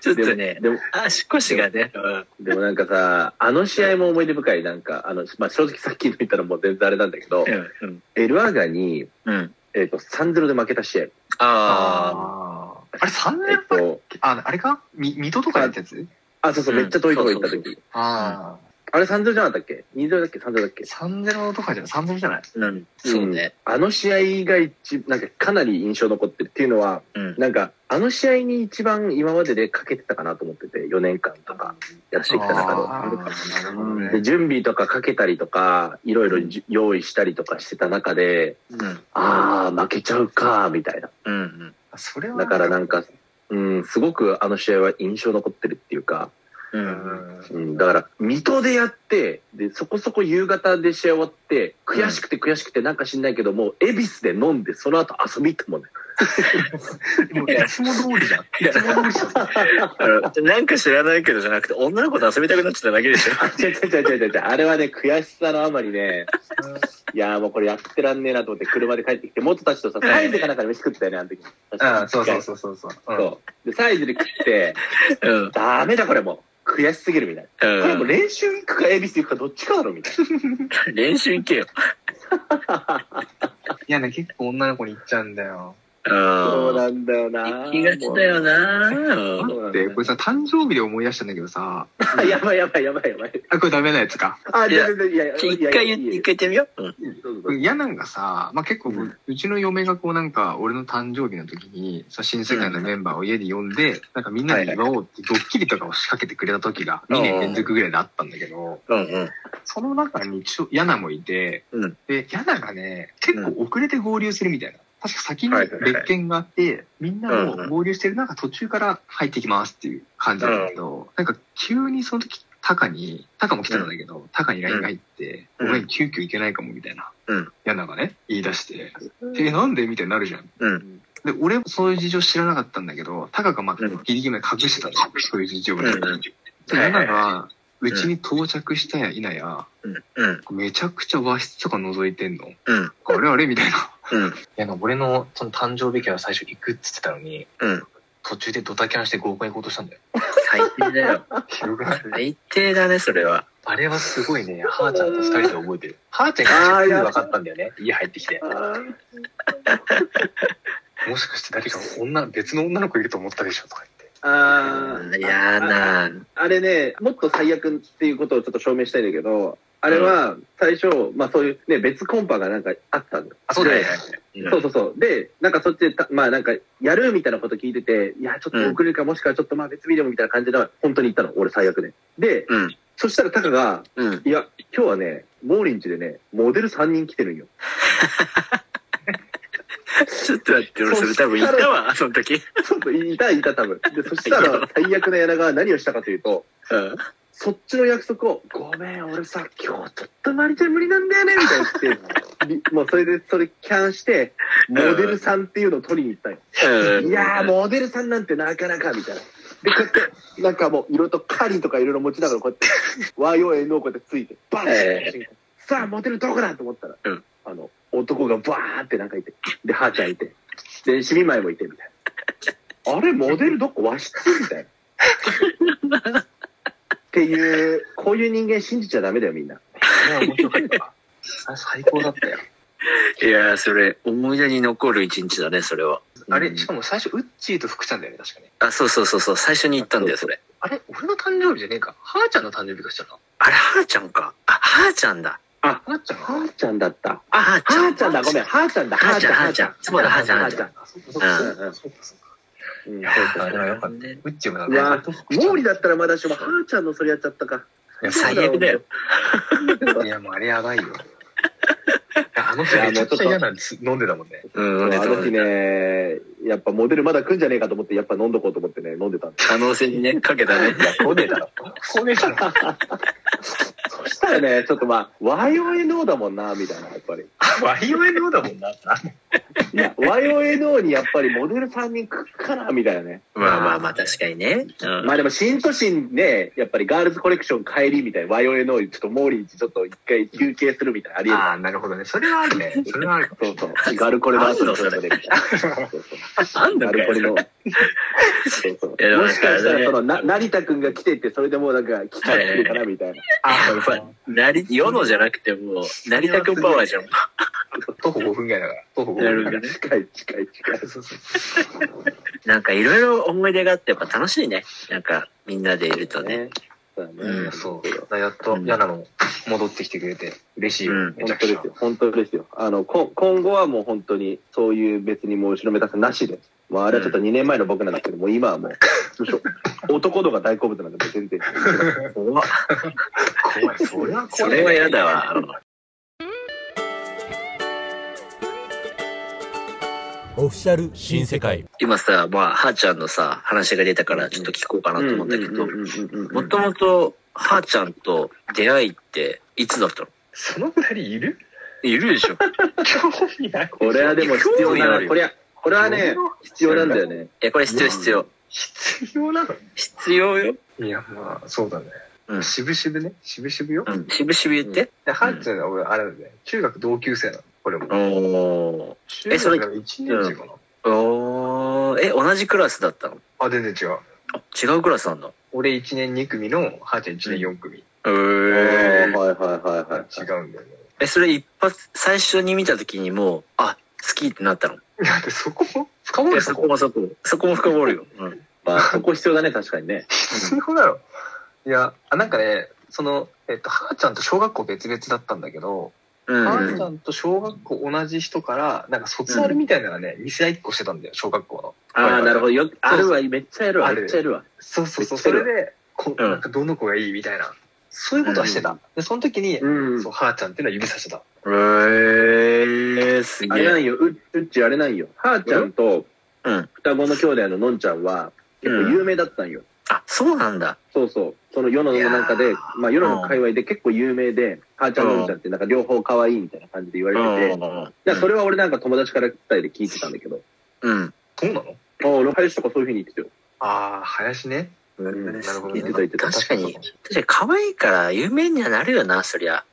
ちょっとね、
でも、
足腰がね、
でもなんかさ、あの試合も思い出深い、なんか、あの、まあ、正直さっきの言ったらもう全然あれなんだけど、
うん。
エルアガに、
うん。
えっ、と、3ゼ0で負けた試合。
あ
ああ。あれ3
えっ
年前
と、
あ、あれかみ水戸とかやったやつ
あ、そうそう、
うん
めっちゃ遠いとこ行った
そうそう
時。
ああ。
あれ3ゼ0じゃなかったっけ ?2 ゼ0だっけ ?3 ゼ0だっけ
3-0とかじゃない ?3-0 じゃない
あ、うん。そうね。
あの試合が一、なんかかなり印象残ってるっていうのは、
うん。
なんか、あの試合に一番今まででかけてたかなと思ってて、4年間とかやってきた
あ
中
ーなるほど
で。
ね
で、。準備とかかけたりとか、いろいろじ用意したりとかしてた中で、
うん。
あー、負けちゃうか、みたいな。
うん。
それは。
だからなんか、うん、すごくあの試合は印象残ってるっていうか、
う。
うんん。
うん、だから、水戸でやって、で、そこそこ夕方で試合終わって、悔しくて悔しくてなんか知んないけど、もう、恵比寿で飲んで、その後遊び行ったもんね。
でもいつも通りじゃん。いつも通りじゃん。
あのなんか知らないけどじゃなくて、女の子と遊びたくなっちゃっただけでしょ。
違う違う違う違う違う、あれはね、悔しさのあまりね、いやーもうこれやってらんねえなと思って車で帰ってきて、元たちとさ、サイズかなんかで飯食ったよね、あの時。
うん、そうそうそうそうそう。うん
そうで、サイズで食って、
うん。
ダメだこれもう。悔しすぎるみたいな。これもう
う
練習行くか、恵比寿行くか、どっちかだろ、みたい
ん。練習行けよ。
いやね、結構女の子に行っちゃうんだよ。
うん。
な。そ
行
うなんだよな。
きがちだよな
そうなんだ
で、
よ
これさ、誕生日で思い出したんだけどさ、
あやばいやばいやばいやばい。
あ、これダメなやつか。
あ、
いや
全然いやいや。
一回言っ
い
て、
やいやい
一回
や
言ってみよう。うん。
そうそう
こ
そう
れ嫌なんがさ、まあ、結構、
うん
うちの嫁がこうなんか、俺の誕生日の時に、さ、新世界のメンバーを家に呼んで、なんかみんなで祝おうってドッキリとかを仕掛けてくれた時が、
うん
2年連続ぐらいであったんだけど、
うんうん。
その中にちょ、ヤナもいて、
うん
で、ヤナがね、結構遅れて合流するみたいな。確か先に
はいはいはい
別件があって、みんな
うんう
も
ん
合流してる中途中から入ってきますっていう感じなんだけど、なんか急にその時、タカに、タカも来てたんだけど、タカに LINE が入って、
うん
ごめん、急遽行けないかもみたいな。
うん
ヤナがね、言い出して、え、なんでみたいになるじゃん。
うん。
で、俺もそういう事情知らなかったんだけど、タカがまあ、
うん
ギリギリまで隠してたんだよ、そういう事情をね。
うんうん
で、ヤナが、うちに到着したや否や、
うん。うん。
めちゃくちゃ和室とか覗いてんの。
うん。
あれあれみたいな。い
うん。
や、なんか俺のその誕生日会は最初行くっつってたのに、
うん。
途中でドタキャンして合コン行こうとしたんだよ。
最低だよ。
ひどくない
最低だね、それは。
あれはすごいね、はーちゃんと二人で覚えてる。はーちゃんが
あーい
すぐ
や
分かったんだよね。家入ってきて。
あー
もしかして誰か女、別の女の子いると思ったでしょとか言って。
あー
やな
あれね、もっと最悪っていうことをちょっと証明したいんだけど、あれは最初、まあそういうね、別コンパがなんかあったんだよ。
あ、そうだよね。
うん
そうそうそう。で、なんかそっちでた、まあなんか、やるみたいなこと聞いてて、いや、ちょっと遅れるか、もしくはちょっとまあ別日でもみたいな感じで、本当に行ったの、俺最悪で。で、
うん。
そしたらタカが、
うん。
いや、今日はね、モーリンチでね、モデル3人来てるんよ。
ちょっと待って、俺それ多分言った わ、その時。
ちょっといた、いた、多分。で、そしたら最悪な柳川は何をしたかというと、
うん。
そっちの約束を、ごめん、俺さ、今日ちょっとマリちゃん無理なんだよね、みたいな言って、りもうそれで、それキャンして、モデルさんっていうのを取りに行ったんよ。
うん。
いやー、モデルさんなんてなかなか、みたいな。で、こうやって、なんかもう、いろと狩りとかいろいろ持ちながら、こうやって、和洋円のこうやってついて、バン
え
さあ、モデルどこだと思ったら、
うん
あの、男がバーってなんかいて、で、はーちゃんいて、で、シミマイもいて、みたいな。あれ、モデルどこ和室みたいな。っていう、こういう人間信じちゃダメだよ、みんな。
あれは面白かったわ。あれ最高だったよ。
いやー、それ、思い出に残る一日だね、それは。
あれ、しかも最初、ウッチーと福ちゃんだよね、確かね。
あ、そうそうそうそう、最初に言ったんだよ、それ。
あれ、俺の誕生日じゃねえか。はーちゃんの誕生日かしらな。
あれ、はーちゃんか。あ、はーちゃんだ。
はーちゃん
はーちゃんだった。
あ、はーちゃん。
はーちゃんだ、ごめん、はーちゃんだ、
はーちゃん、はーちゃん。そうだ、はーちゃん、はーちゃん。
あ、そうかそうかそうかそうかそうか。
うんそう
いや
そう
ー、
そ
あ
う
れはよかった。ウッチーもだ
うわ
ね。
毛利だったらまだしも、はーちゃんのそれやっちゃったか。
最悪だよ。
いや、もうあれやばいよ。あの日めちゃくちゃ嫌なんです。飲んでたもんね。
うん、
あ
俺と
の日ね、やっぱモデルまだ来んじゃねえかと思って、やっぱ飲んどこうと思ってね、飲んでたんだ
可能性にね、かけたね。
いや、来ねえだろ。来ねえだろ。
そしたらね、ちょっとまあ、YONO だもんな、みたいな、やっぱり。
YONO だもんな。
いや、YONO にやっぱりモデル3人来るから、みたいなね。
まあまあまあ、確かにね。うん
まあでも、新都心で、やっぱりガールズコレクション帰りみたいな、YONO にちょっとモーリーにちょっと一回休憩するみたいな、ありえ
ああ、なるほどね。それはある ね。それはあるかも
る。そうそう。ガルコレの後のそれでみたいな。そうそう
あんの
ガ
か
ルコレ
よ
の。そうそうもしかしたら、その、な、成田くんが来てって、それでもうなんか、来ちゃってるかな、みたいな。
あ
やっぱなり、世のじゃなくてもう、成田くんパワー じゃん。
あ、徒歩5分ぐらいだから。徒歩5
なる
分
ほ
ぐら
ど
い。
ね。
近い、近い、近い。
そうそうそ
なんかいろいろ思い出があって、やっぱ楽しいね。なんか、みんなでいるとね。。
そうだね
うん
う。そう。やっと、やなも戻ってきてくれて、嬉しいよ
うん。
め
本
ちゃ
当
く
で
ち
す
ゃ。
よ。本当ですよ。あの、こ今後はもう本当に、そういう別にもう後ろめたさなしで。まあ、あれはちょっと2年前の僕なんですけど、もう今はもう、むしろ男の方が大好物なんで、全然。
怖っ
怖い。それは
そ
怖い。
れは嫌だわ。
オフィシャル
新世界。
今さ、まあ、はーちゃんのさ、話が出たから、ちょっと聞こうかなと思ったけど、もともと、はーちゃんと出会いって、いつだったの
その二人い る
いるで しょ。
興味ない。
これはでも必要
興味あ
な
るよ
これは、これはね、必要なんだよね。
え、これ必要必要。
必要なの
必要よ。
いや、まあ、そうだね。
うん
しぶしぶね。しぶしぶよ。
うん、しぶしぶ言って。
で、ハーちゃんは俺、あれだね。中学同級生なの。これも。
お
中学
それ
の一年生かな。
ー。おー。え、同じクラスだったの
あ、全然違う。
違うクラスなんだ。
俺1年2組の、ハーちゃん1年4組。
え
おーはいはいはい
あ
はい。
違うんだよね。
え、それ一発、最初に見た時にもう、あ、好きってなったの。
だってそこも、深掘
え
る
そ
そ
こ
こ
もそこも、そこも深掘る よ。うん。
まあ、そこ必要だね、確かに ね。
必要だろ。いや、あ、なんかね、その、えっと、はーちゃんと小学校別々だったんだけど、
うん
はーちゃんと小学校同じ人から、なんか卒アルみたいなのがね、見せ合いっこしてたんだよ、小学校の。
ああ、なるほど。よあるわ、めっちゃいるわ、
ある
めっちゃいるわ。
そうそうそう。
めっちゃ
そ
いる
れで、こ
うん
なんかどの子がいいみたいな。そういうことはしてた。で、その時に、
うん
そう、。はーちゃんっていうのは指さしてた。
えー、す
あ
げ
れな
え。
いよ、ううっちあれないよ。はーちゃんと
うん
双子の兄弟ののんちゃんは、結構有名だったんよ。
あ、そうなんだ。
そうそう。その世の中
い
で
やー、
まあ世の界隈で結構有名で、はーちゃんのんちゃんってなんか両方可愛いみたいな感じで言わ
う
れてて、
ん。
じゃそれは俺なんか友達から伝えて聞いてたんだけど、
うん。
そうなの
ああ、俺林とかそういう風に言ってたよ。
ああ、林ね。
ん
なるほど
言
ね。
ってた言ってた
確かに。確かに可愛いから有名にはなるよな、そりゃ。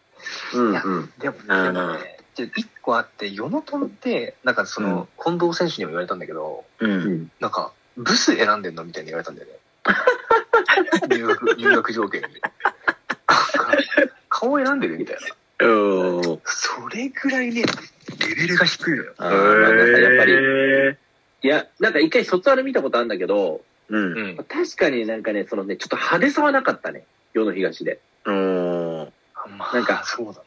うん
いや
うん。
でもね、
あー
でもね、一個あって、与野トンって、なんかその、近藤選手にも言われたんだけど、
う。
うんん。
なんか、ブス選んでんのみたいに言われた んだよね。入学、入学条件に。顔選んでるみたいな。
おー。
それぐらいね、レベルが低いのよ。
あーなんかやっぱり、
えー
いや、なんか一回卒アル見たことあるんだけど、
うん。
ん。
確かになんかね、そのね、ちょっと派手さはなかったね。世の東で。
おー。
ま
な
あ、なんん
か
か、そうだね。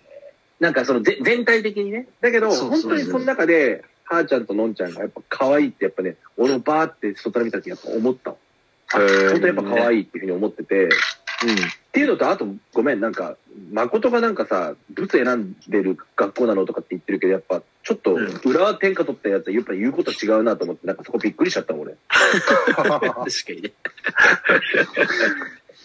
なんかそのぜ全体的にね。だけど、
そうそう
本
そう
当にその中で、はーちゃんとのんちゃんがやっぱ可愛いってやっぱね、俺もバーって外から見た時やっぱ思ったの。あ
へー
本当やっぱ可愛いっていうふうに思ってて。っていうのと、あとごめん、なんか、誠がなんかさ、ブツ選んでる学校なのとかって言ってるけど、やっぱちょっと
うん
裏は天下取ったやつはやっぱ言うこと違うなと思って、なんかそこびっくりしちゃったもん俺。
確かにね。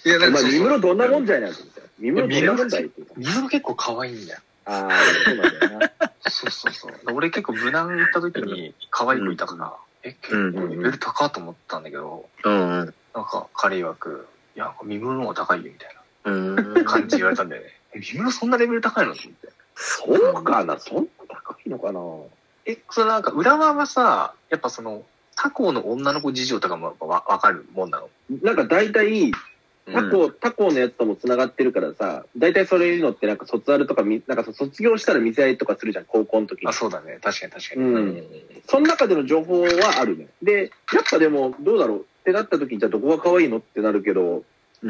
いや、
お前、
そうそう
三室どんなもんじゃいなと思って。三室どんなもんだいって言った。
三浦結構可愛いんだよ。
ああ、そうなんだよな。
そうそうそう。俺結構無難行った時に可愛い子いたから、え、結
うん
構レベル高っと思ったんだけど、
うんうん。
なんか彼曰く、いや、三村の方が高いよみたいうな
ーん。
感じ言われたんだよね。 え三村そんなレベル高いのと思って。
そうかな、そんな高いのかな。
え、それなんか裏側はさ、やっぱその、他校の女の子事情とかもやっぱわわかるもんなの。
なんか大体、他
うん
校、他校のやつとも繋がってるからさ、大体それいうのってなんか卒アルとかみ、なんか卒業したら見せ合いとかするじゃん、高校の時に
あ、。そうだね。確かに確かに。
うんその中での情報はあるね。で、やっぱでも、どうだろうってなった時に、じゃあどこが可愛いのってなるけど、
うん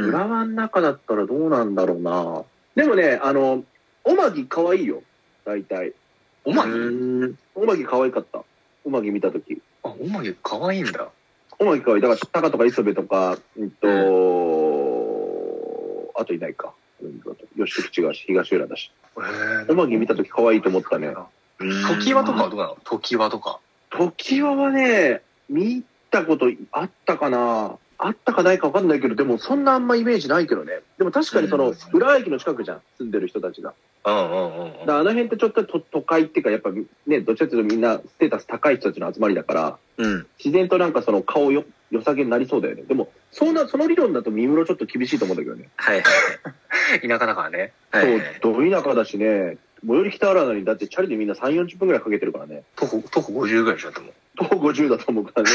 浦和の中だったらどうなんだろうな。でもね、あの、おまぎ可愛いよ、大体。
おま
う
ぎ、
ーん。
おまぎ可愛かった。おまぎ見た時。
あ、おまぎ可愛いんだ。
おまぎ可愛い。だから、タカとか磯部とか、うんと、
う
あといないか。うんと吉口が東浦だし。
えー
おまぎ見た時可愛いと思ったね。
常盤とかはどうなの常盤とか。
時ははね、見たことあったかな。あったかないか分かんないけど、でもそんなあんまイメージないけどね。でも確かにその、浦和駅の近くじゃん、住んでる人たちが。
うんうんうん
だからあの辺ってちょっと都都会っていうか、やっぱね、どっちかっていうとみんなステータス高い人たちの集まりだから、
うん。
自然となんかその顔よ、良さげになりそうだよね。でも、そんな、その理論だと三室ちょっと厳しいと思うんだけどね。
はい
うん。田舎だからね。
はい。はい。
そう、ど田舎だしね、最寄り北原なのに、だってチャリでみんな3、40分ぐらいかけてるからね。
徒歩、徒歩50ぐらいでし ょ、でも。
徒歩50だと思うからね。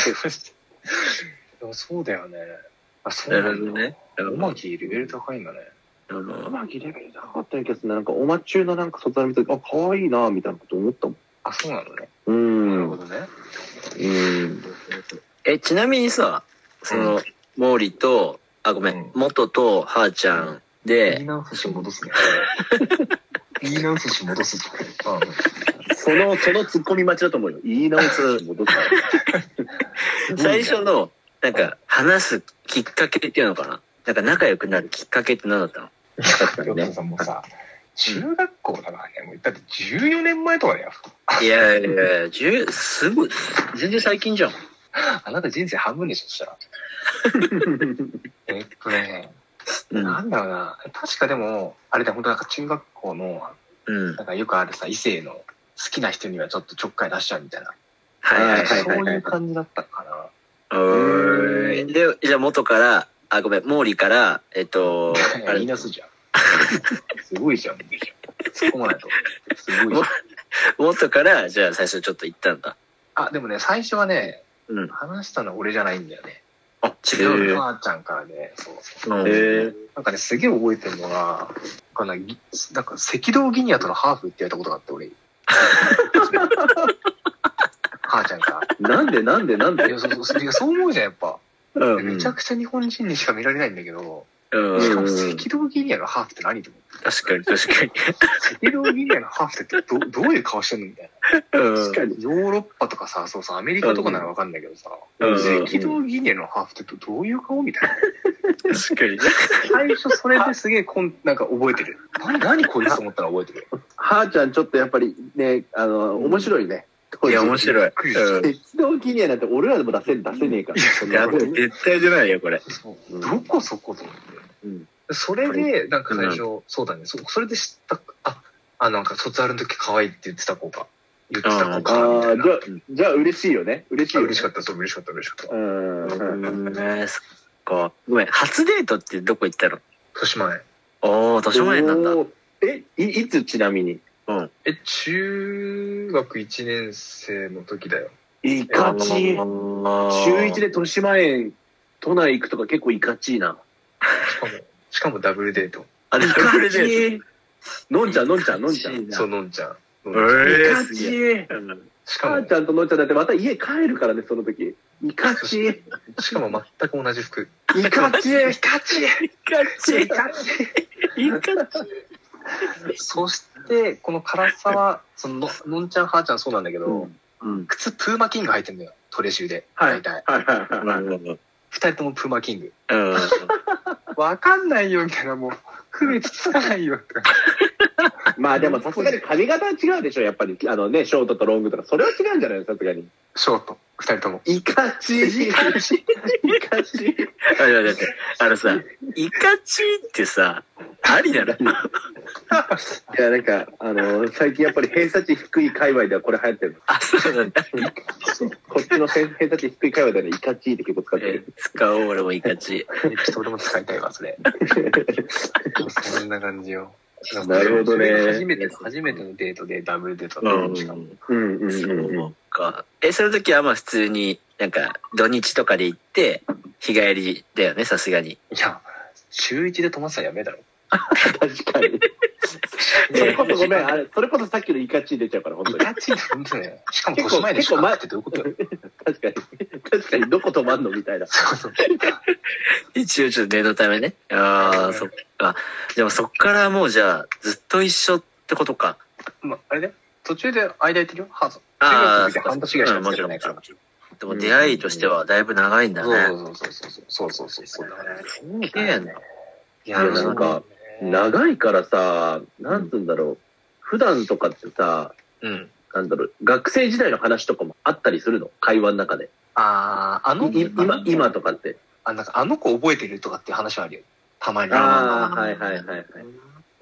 でもそうだよね。あ、そう
な
な
るほど
んだ。
ね。
おまきレベル高いんだね。
あの
まあ、ギレベル高かったような気がするな。なんか、おま中のなんか卒アル見た時、あ、可愛いな、みたいなこと思ったもん。
あ、そうなのね。
うー。
なんるほ
う
どね。
ーん。
え、ちなみにさ、その、毛利と、あ、ごめ
うん
ん、元と、はーちゃん
言い
で、
直すし戻 すね。言い直すし戻すじゃん。うん
その、その突っ込み待ちだと思うよ。言い直す、戻った。
最初の、なんか、話すきっかけっていうのかななんか仲良くなるきっかけって何だったの確か
ヨ
に
ット
ね。
さんもさ、中学校だからね、もうだって14年前とかだよ。
いやいやいや、じゅすごい、全然最近じゃん。
あなた人生半分でし ょ、そしたら。えっとね、
うん。
なんだろうな。確かでも、あれだよ、本当なんか中学校の、
うん。
なんかよくあるさ、異性の好きな人にはちょっとちょっかい出しちゃうみたいな。
はいはい
そ
はいうはい
い
は
う
い。
感じだったかな。
うーんで、じゃあ元から、あ、ごめん、毛利から、えっと、
い
あれ
や 言い出すじゃん。すごいじゃん。突っ込まないと。すごいじゃん。
元から、じゃあ最初ちょっと行ったんだ。
あ、でもね、最初はね、
うん。
話したの俺じゃないんだよね。
あ、違
違
う
う、
よ。
母ちゃんからね、そうそう。
うん
え
なんかね、すげえ覚えてるのが、なんかねぎなんか赤道ギニアとのハーフって言われたことがあって、 俺。母ちゃんか
ー、なんでなんでなん
ら。い
で
や、そうそういやそう思うじゃん、やっぱ。
うん
めちゃくちゃ日本人にしか見られないんだけど、
うん
しか
うん
も赤道ギニアのハーフって何と思って。
確かに確かに。
赤道ギニアのハーフってどどういう顔してんのみたいな。
うん。
かに。
ヨーロッパとかさ、そうさ、アメリカとかならわかんないけどさ、
うん
赤道ギニアのハーフってどういう顔みたいな。
確 かにね。
最初それですげえこん、なんか覚えてる。何、何こいつと思ったの覚えてる。
はーちゃん、ちょっとやっぱりね、あの、面白いね。
いや、面白い。
びっくりした
うん。
鉄道ギニアなんて俺らでも出せ、出せねえから。そん
いや、
なこと
絶対じゃないよ、これ。
そう
うん
どこそこと思って。
うん
それで、なんか最初、そうだねそ、それで知った、あ、あ、なんか卒アルの時可愛いって言ってた子か、言ってた子か、み
あ
たい
あ、
な
じゃ。あ、じゃあ嬉しいよね。嬉しい
あ
よね。
嬉しかった、そう、嬉しかった、嬉しかった。
うん。
う
うん
ーん、そっか。ごめん、初デートってどこ行ったの
豊島園。
おー、年前なんだ。
おーえ、い、いつちなみに
え、中学1年生の時だよ。
いかち。中1
1
で豊島園、都内行くとか結構いかちいな。
しかも、しかもダブルデート。
あ、で、これで。
のんちゃん、のんちゃん、のんちゃん。い
そう、のんちゃん。のんちゃん
か
え
ちい。
しか
母
も
ち、ゃんとのんちゃんだってまた家帰るからね、その時。いかちい。
しかも全く同じ服。
いかちい。
カチ
ち
カ そして、この辛さは、その、のんちゃん、はーちゃんそうなんだけど、
うん。
靴、プーマキング履いてんだよ。トレシューで。
はい
大体。
はいはいはい。
二人ともプーマキング。
うん。
わかんないよ、みたいな、もう、区別つかないよ、とか。
まあでもさすがに髪型は違うでしょ、やっぱり。あのね、ショートとロングとか。それは違うんじゃないの、さすがに。
ショート、二人とも。
いかちい。いかちい。いかちい。
あ、待って待って。あのさ、イカチってさ、ありなの
いや、なんか、あの最近やっぱり偏差値低い界隈ではこれ流行ってる
あ、そうなんだ。
の。こっちの偏偏差値低い界隈ではね、イカチーって結構使って
え
る。
使おう、俺もイカチ。
ちょっと俺も使いたいわ、それ。そんな感じよ。
なるほどね
初めての、初めてのデートでダブルデートだった
うん。
しかも。
うんうんうんう
そ
ん。
うか。え、その時はまあ普通に、なんか、土日とかで行って、日帰りだよね、さすがに。
いや、週一で泊まってたらやめえだろ。
確かに。それこそごめん、あれ、それこそさっきのイカチー出ちゃうから、本当
い
に。
や、ちい本当ね。しかも、年前でしかってどういうことよ。
確かに。確かに、どこ止まんのみたいな。
そうそう。
一応ちょっと念のためね。ああ、そっか。でもそっからもうじゃあ、ずっと一緒ってことか。
まあ、あれね。途中で間空いてるよ。ハート。
ああ、
中学の時半年ぐらいしか付き合ってないから
うんもちろんもちろんでも出会いとしてはだいぶ長いんだね。
そうそうそうそう。そうそうそう。そうだね。
綺麗やね。
い
でもなんか、長いからさ、なんつうんだろう。普段とかってさ、
うん。
なんだろう、学生時代の話とかもあったりするの会話の中で。
ああ、あの、
い今、今とかって。
あなんかあの子覚えてるとかっていう話はあるよ。たまに。
ああ、はいはいはいはい。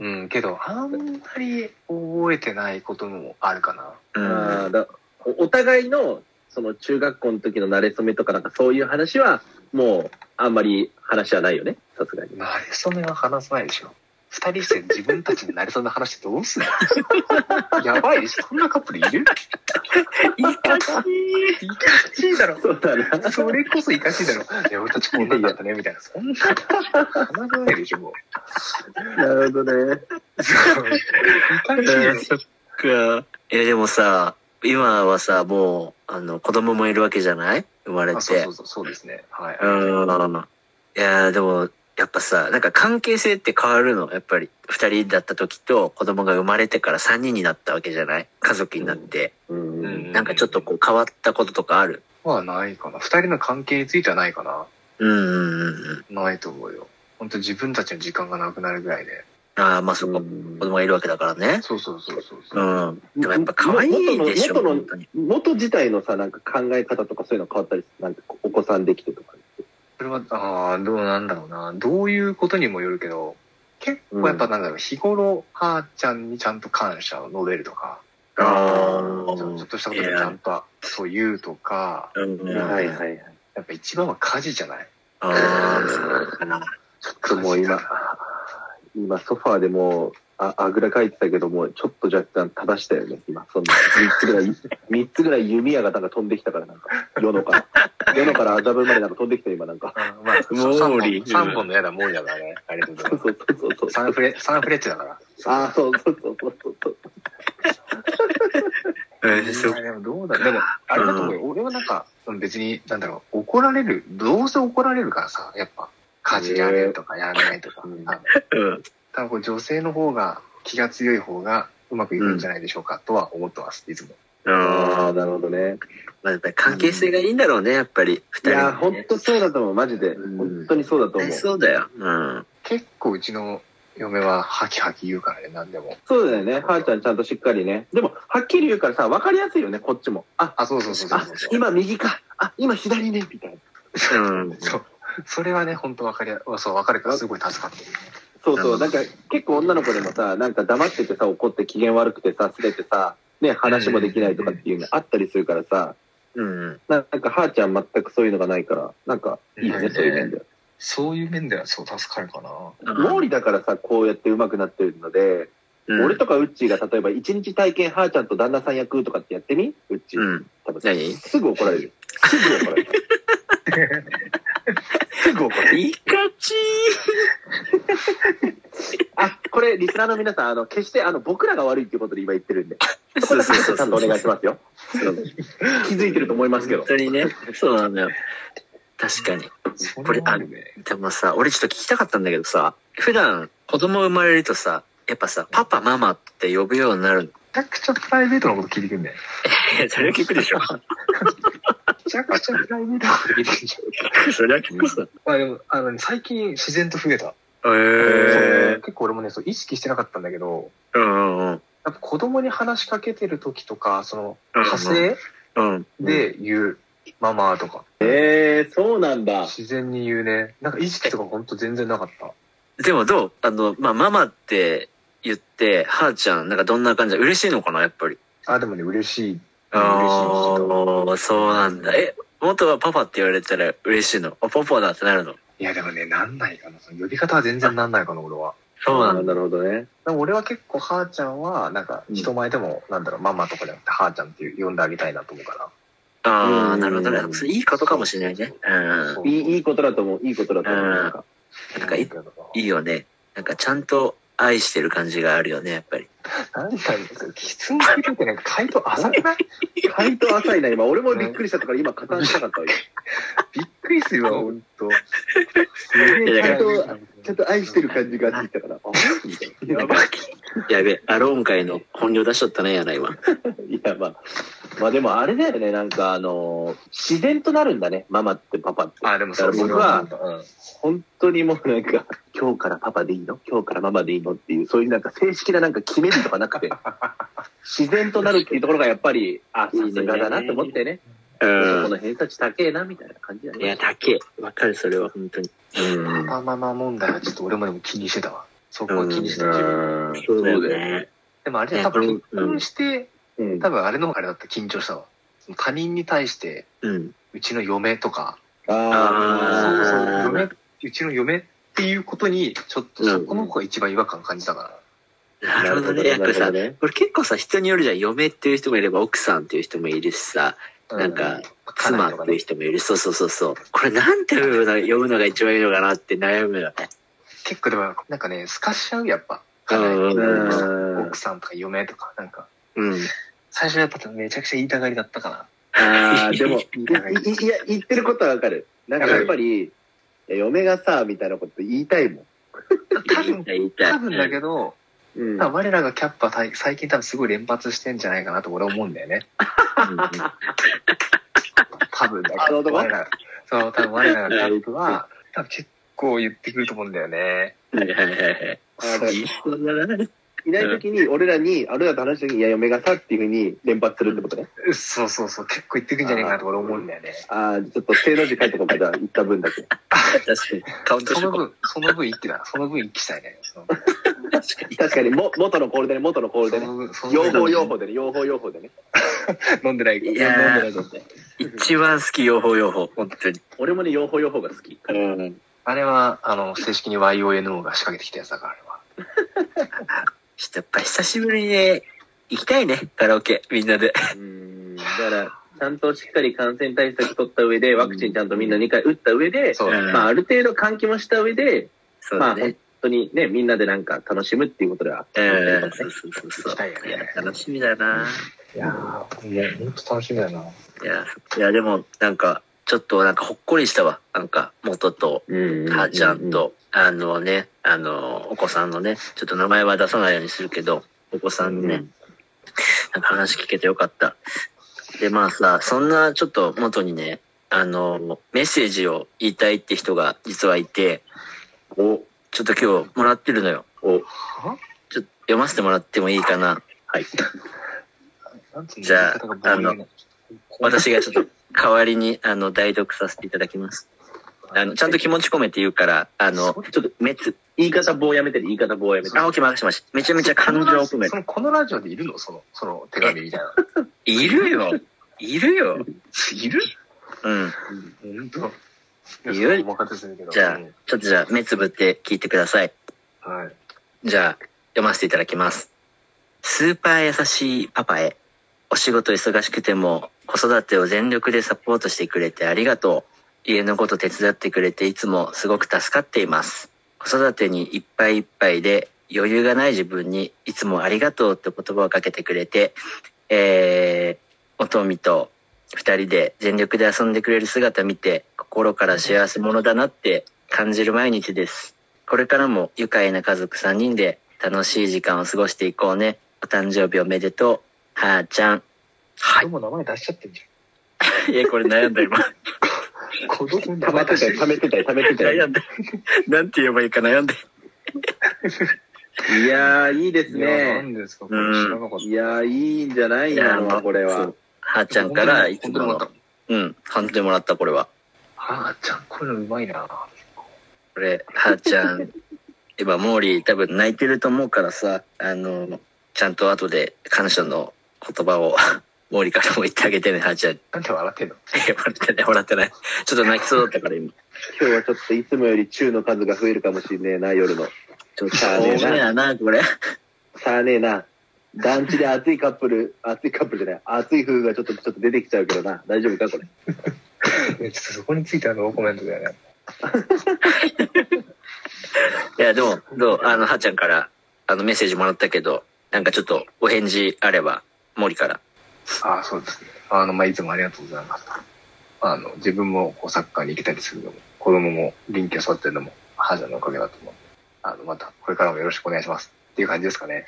うん、けど、あんまり覚えてないこともあるかな。
あーだおお互いの、その中学校の時の慣れ初めとかなんかそういう話は、もう、あんまり話はないよね、さすがに。
なれそめは話さないでしょ。二人して自分たちになれそめの話ってどうすんの やばいでしょ。そんなカップルいるいかしい。いかしいだろ。
そうだな。
それこそいかしいだろ。いや、俺たちこんなんだったね、みたいな。そんな、話さないでしょ、もう。
なるほどね。
いかしいよ。
か。え、でもさ、今はさ、もう、あの、子供もいるわけじゃない生まれ
あそう
て
そう。そう、そうですね。はい。
うん。いやーでも、やっぱさ、なんか関係性って変わるの。やっぱり、二人だった時と子供が生まれてから三人になったわけじゃない家族になって。
うん。
うん
なんかちょっとこう変わったこととかある
はないかな。二人の関係についてはないかな。
うんうんうんうん。
ないと思うよ。本当自分たちの時間がなくなるぐらいで。
ああ、まあそこ、子供がいるわけだからね。
そうそうそうそうそうう。
ん。でもやっぱ可愛いでしょ、
元の
本当に。
元自体のさ、なんか考え方とかそういうの変わったりするなんかこうお子さんできてとか。
それは、ああ、どうなんだろうな。どういうことにもよるけど、結構やっぱなんだろう、日頃、母ちゃんにちゃんと感謝を述べるとか、
あ
ちょちょっとしたことでちゃんとそう言うとか、
うんうん
はいはいはい。
やっぱ一番は家事じゃない。
ああ、
ちょっ
ともう今
家事だな
今、ソファーでもう、あ、あぐらかいてたけども、ちょっと若干正したよね、今。そんな、三つぐらい、 三つぐらい弓矢がなんか飛んできたから、なんか、世のから。世のから麻布までなんか飛んできたよ今、なんか。
あまあ、
モーリー
3本三本の矢だ、モーリーだからね。ありがとうござい
そう
ま
そうそうそう
す。。サンフレ、サンフレッチェだから。
ああ、そうそうそうそうそう。
え
い
ー
や
そう
でもどうだでも、あれだと思うよ。俺はなんか、別に、なんだろう、怒られる、どうせ怒られるからさ、やっぱ、家事やれとかやらないとか。
うん
あの
うん
多分こう女性の方が、気が強い方が、うまくいくんじゃないでしょうか、とは思ってます、いつも。
あ
あ
あ
あ、なるほどね。
まあ、やっぱり関係性がいいんだろうね、やっぱり。
い
二人
やー、
は
ほ
ね
んとそうだと思う、マジで。
うん
本当にそうだと思う。
絶対
そ
そうだよ。うん。
結構うちの嫁は、ハキハキ言うからね、何でも。
うだよね。はーちゃんちゃんとしっかりね。でも、はっきり言うからさ、わかりやすいよね、こっちも。あ、
あ、そうそうそうそう
あ
そうそう。、
今右か。あ、今左ね、みたいな。
うん。
そう。それはね、本当わかりや、そう、わかるからすごい助かってる。
そう
う
そ
ん
う、なんか結構女の子でもさ、なんか黙っててさ、怒って機嫌悪くてさ、すれてさ、ね、話もできないとかっていうのあったりするからさ、
うん。
なんか、はーちゃん全くそういうのがないから、なんか、いいよ
う
ね、
ん
そういう面で。
そういう面では、そう、助かるかな。
毛利だからさ、こうやって上手くなってるので、
うん
俺とかウッチーが例えば一日体験、はーちゃんと旦那さん役とかってやってみウッチー。
うん。
多分
何
すぐ怒られる。すぐ怒ら れる。すぐ怒られる。
イカチ
あ、これ、リスナーの皆さん、あの、決して、あの、僕らが悪いっていうことで今言ってるんで、
ー
そこだけちゃんとお願いし
す。
ますよ。気づいてると思いますけど
本。当にね。そうなんだよ。確かに。これ、あ
るね。
でもさ、俺ちょっと聞きたかったんだけどさ、普段子供生まれるとさ、やっぱさ、パパ、ママって呼ぶようになるの。
めちゃくちゃプライベートなこと聞いてくんだよ。
いや、それは聞くでしょ。
めちゃくちゃプライベートなこと聞いてくんじ
それは聞くさ。
ゃん。 まあでも、あの、最近自然と増えた。
へ
そう
え。
結構俺もね、そう意識してなかったんだけど、
うんうんうん。
やっぱ子供に話しかけてる時とか、その、
うん
派生
うん。
で言う、ママとか、
ええそうなんだ。
自然に言うね。なんか意識とかほんと全然なかった。
でもどうあの、まあ、ママって言って、はーちゃん、なんかどんな感じ嬉しいのかな、やっぱり。
あ、でもね、嬉しい。
あ
嬉しい人。
あ、そうなんだ。え、元はパパって言われたら嬉しいの。あ、パパだってなるの。
いや、でもね、なんないかな。その呼び方は全然なんないかな、俺は。
そうなんだ。
なるほどね。
なんか俺は結構、はーちゃんは、なんか、人前でも、なんだろう、ママとかじゃなくて、はーちゃんっていう呼んであげたいなと思うから。
ああ、
うん
なるほどね。それいいことかもしれないね。う
そ
いい、いいことだと思う。いいことだと思う。
うん
なんか
なんかい
なんだ
ん。いいよね。なんかちゃんと愛してる感じがあるよね、やっぱり。
なんか、きつんすぎてなんか回答浅くない
回答浅いな、今。俺もびっくりしちゃったから、今、加担したかったわ。
びっくりするわ、ほんと。
いやだ
から ちょっと愛してる感じが出てきた から。あ、みたいな。
や
やばい。
べえ、アローン会の本領出しちゃったね、やな、今。
いや、まあ。まあでも、あれだよね。なんか、あのー自然となるんだね。ママってパパって。
あ、でもそ
だ
う、
から
僕
僕は
は、うん
本当にもうなんか、今日からパパでいいの今日からママでいいのっていう、そういうなんか正式ななんか決め るとかなくて、自然となるっていうところがやっぱり、あ、
いいね
さすがだなって思ってね。
う
この偏差値高えな、みたいな感じだ
ん。いや、
ね。
高え。わかる、それは、本当に。うん。
パパママ問題はちょっと俺もでも気にしてたわ。そこ
う
は
ん
気にしてた。自分
うん
そうだよね。
でもあれ
い
で
や
多分
うん
結婚して、
うん。
多分あれの方があれだった緊張したわ。その他人に対して、
うん。
うちの嫁とか、そう
あー
そう、嫁、うちの嫁っていうことに、ちょっとそこの方が一番違和感感じたか
なるほどね。やっぱさ、
ね。
これ結構さ、人によるじゃん。嫁っていう人もいれば、奥さんっていう人もいるしさ、
ら。
なんか、
家内
妻
と
っ
か
てい
ね
う人もいる。そうそうそうそう。これなんて読むの読むのが一番いいのかなって悩むよね。
結構でも、なんかね、透かしちゃう、やっぱ。
う
家内
んうんうん。
うん
奥さんとか嫁とか、なんか、
うん。
最初やっぱめちゃくちゃ言いたがりだったかな。
ああ、でも、い
言いたがり
いいや、言ってることはわかる。なんかやっぱり、いや嫁がさ、みたいなこと言いたいもん。
多
言い
分、
たい言いたい。
多分だけど、
うん。
多分我らがキャッパー最近多分すごい連発してんじゃないかなと俺は思うんだよね。多分だ
あ
け
なるほ
ど。
ど
我ら、そう、多分我らがキャップは、多分結構言ってくると思うんだよね。
うんはいはいはいはい。
あの
いい人だな。
いないときに、俺らに、あれらと話したときに、いや、嫁がさっていうふうに連発するってことね。
そうそうそう、結構言ってくんじゃないかなと俺思うんだよね。
ああ、ちょっと正の字書いとこうか、じゃあ、言った分だけ。
確かに。カウント
そ
し
の
とこう。
分、その分一気だ。その分一気したいね。その
確かに、も、元のコールでね、元のコール
そ
でね。
の分、その
用
分
法用法でね、用法用法でね。
飲んでないか
い
ら。
やー一番好き、用法用法。本当に。
俺もね、用法用法が好き。
うん。
あれは、あの、正式に YONO が仕掛けてきたやつだから、あれは。
やっぱ久しぶりにね、行きたいね。カラオケ、みんなで。
うん。だから、ちゃんとしっかり感染対策取った上で、ワクチンちゃんとみんな2回打った上で、
そうう。
ん
まあ、ある程度換気もした上で、
そう
ま
だ
あ、本
ね。
当にね、みんなでなんか楽しむっていうことでは。
うん。そうそうそうそ
行きた
う。
いよ
いや
ね。
楽しみだな。
いやー、いや、ほんと楽しみだな。
いや、いやでも、なんか、ちょっとなんかほっこりしたわ。なんか、元と、
うん
母ちゃん。と、あのね、あの、お子さんのね、ちょっと名前は出さないようにするけど、お子さんのね、なんか話聞けてよかった。で、まあさ、そんなちょっと元にね、あの、メッセージを言いたいって人が実はいて、お、ちょっと今日もらってるのよ。お、ちょっと読ませてもらってもいいかな。はい。
なんつうの
じゃあ
言い方が棒読みな
私がちょっと代わりに、あの、代読させていただきます。あの、ちゃんと気持ち込めて言うから、あの、ちょっと、めつ、
言い方棒やめてる、言い方棒やめてる。
あ、オッケー、任せました。めちゃめちゃ感情を込め
そ
て。
のこのラジオでいるのその、その手紙み たいな。
いるよいるよ
いる
うん。
本当。
いる
お任せするけど。
じゃあ
うん
ちょっとじゃあ、目つぶって聞いてください。
はい。
じゃあ、読ませていただきます。スーパー優しいパパへ。お仕事忙しくても、子育てを全力でサポートしてくれてありがとう。家のこと手伝ってくれていつもすごく助かっています。子育てにいっぱいいっぱいで、余裕がない自分にいつもありがとうって言葉をかけてくれて、えー、おとみと二人で全力で遊んでくれる姿見て、心から幸せ者だなって感じる毎日です。これからも愉快な家族3人で楽しい時間を過ごしていこうね。お誕生日おめでとう。はーちゃん。は
子供名前出しちゃってんじ
い。え、これ悩ん だ今。
ゃん。子供名
溜め
前出
て
しち
たよ、溜
ゃっ
めてたよ、溜めてた
悩
よ。
んで。なんて言えばいいか悩んで。
いやー、いいです
てんじゃん。
ね。
何ですかこれ知らなかった。
いやー、いいんじゃない
い
や
やー
のこれ
そう
は。
はーちゃんからいつ
本
も
当にもらった
の。。うん。判定もらった、これは。
はあちゃん、こういうのうまいな。
これ、はーちゃん。今、モーリー多分泣いてると思うからさ、あの、ちゃんと後で感謝の言葉を、 モーリーからも言ってあげてね、はーち ゃん。
なんで笑ってんの
え、笑ってない、笑ってない。ちょっと泣きそうだったから今。
今日はちょっといつもより中の数が増えるかもしれねえな、夜の。
ちょっと多めやな、これ。
さあねえな。団地で熱いカップル、 熱いカップルじゃない、熱い夫婦がちょっと、ちょっと出てきちゃうけどな。大丈夫か、これ。
ちょっとそこについてはノーコメントだよね。
いや、でも、どうあの、はーちゃんから、あの、メッセージもらったけど、なんかちょっと、お返事あれば、森から。
ああ、そうですね。あの、まあ、いつもありがとうございます。あの、自分もこうサッカーに行けたりするのも、子供も臨機を育ってるのも、母ちゃんのおかげだと思う。あの、また、これからもよろしくお願いします。っていう感じですかね。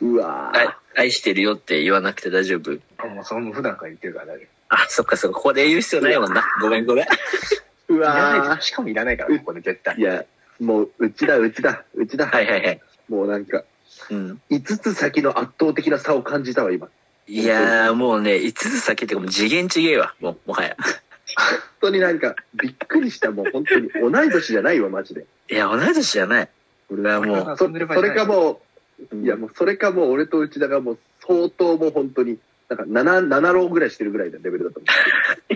うわー。
あ愛してるよって言わなくて大丈夫
あもうそのもう普段から言ってるから大丈
あ、そっかそっか、ここで言う必要ないもんな。ごめんごめん。
う
夫。いらない
わ
ですしかもいらないから、ここで絶
ー。い
対。
や、もう、うちだ、うちだ、うちだ。
はいはいはい。
もうなんか、
うん。
5つ先の圧倒的な差を感じたわ、今。
いやー、もうね、5つ先ってかもう次元ちげえわ。もう、もはや。
本当になんか、びっくりした、もう本当に同い年じゃないわ、マジで。
いや、同い年じゃない。俺はもう、
そ
遊んでる場合
そ
じゃ
れ
ない
かもう、いやもうそれかもう俺と内田がもう相当もう本当に、なんか7、7浪ぐらいしてるぐらいのレベルだと思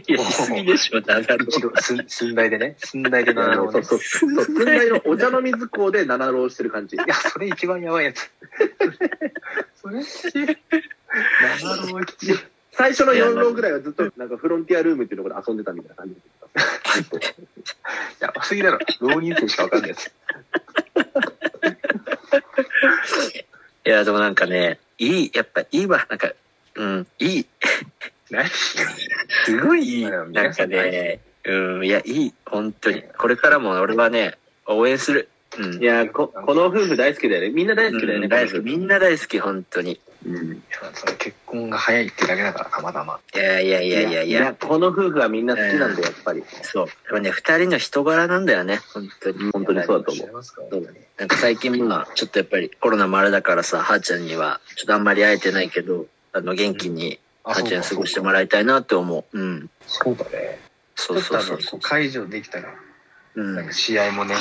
いや、しすぎでしょ、だだろ
うちの寸 寸大でね、寸大で
う。あ
なる
の
ほ
そう
どね。
そう。そう、寸大のお茶の水港で7浪してる感じ。
いや、それ一番やばいやつ。それ、それ、七郎吉。
最初の4浪ぐらいはずっと、なんかフロンティアルームっていうところで遊んでたみたいな感じ。
やばすぎだろ。浪人生しかわかんないやつ。
いや、でもなんかね、いい、やっぱいいわ。なんか、うん、いい。
何
すごいいい。
まあ
なん
皆さ
か
ん大事
ね、うん、いや、いい。本当に。これからも俺はね、応援する。うん。
いやこ、この夫婦大好きだよね。みんな大好きだよ
う
ね。
ん大
こ
好
の
き。
夫婦
みんな大好き、本当に。
その結婚が早いってだけだから、たまたま。
いやいやいやいやい
い
や。
この夫婦はみんな好きなんだよ、やっぱり。
そう。やっぱね、二人の人柄なんだよね、本当に。
本当にそうだと
知
思
れ
う。
ますか
どうだねなんか最近今、ちょっとやっぱりコロナもあれだからさ、はーちゃんには、ちょっとあんまり会えてないけど、あの、元気に、は
あ
ーちゃん過ごしても
ら
らいたいなって思う。うん。
そうだね。
そう
ち
そう
ょっとあ
そ
の
う
こう解除できたら、
う
なん
ん
か。試合もね、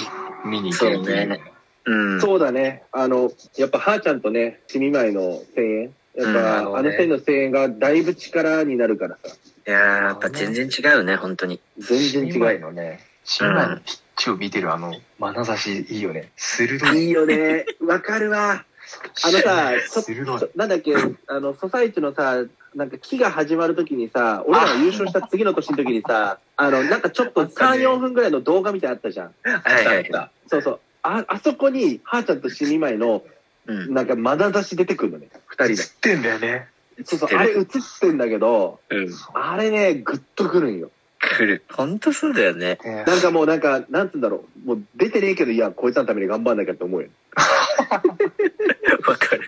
見に行けるというね。
うん。
そうだね。あの、やっぱ、はーちゃんとね、ちみまいの声援。やっぱ、
うん
あの声の声援がだいぶ力になるからさ。
いやー、やっぱ全然違うね、本当に。
全
新
然違
米
う。
のね、新米のピッチを見てるあの、眼差しいいよね。鋭い。
いいよね。わかるわ。あのさ、ちょ
鋭い。
ちょなんだっけ、あの、ソサイチのさ、なんか木が始まるときにさ、俺らが優勝した次の年の時にさ、あの、なんかちょっと
たね
3、4分ぐらいの動画みたいなのあったじゃん。
はいはい。
そうそう。あ、あそこに、はーちゃんと死に前の、
うん。
なんか眼差し出てくるのね。二
映
人
っ
で。
てんだよね。
そうそう、あれ映ってんだけど、
うん。
あれね、グッとくるんよ。
来る。ほんとそうだよね。
ね
なんかもうなんか、なんつうんだろう。もう出てねえけど、いや、こいつらのために頑張んなきゃって思うよ。
わかる。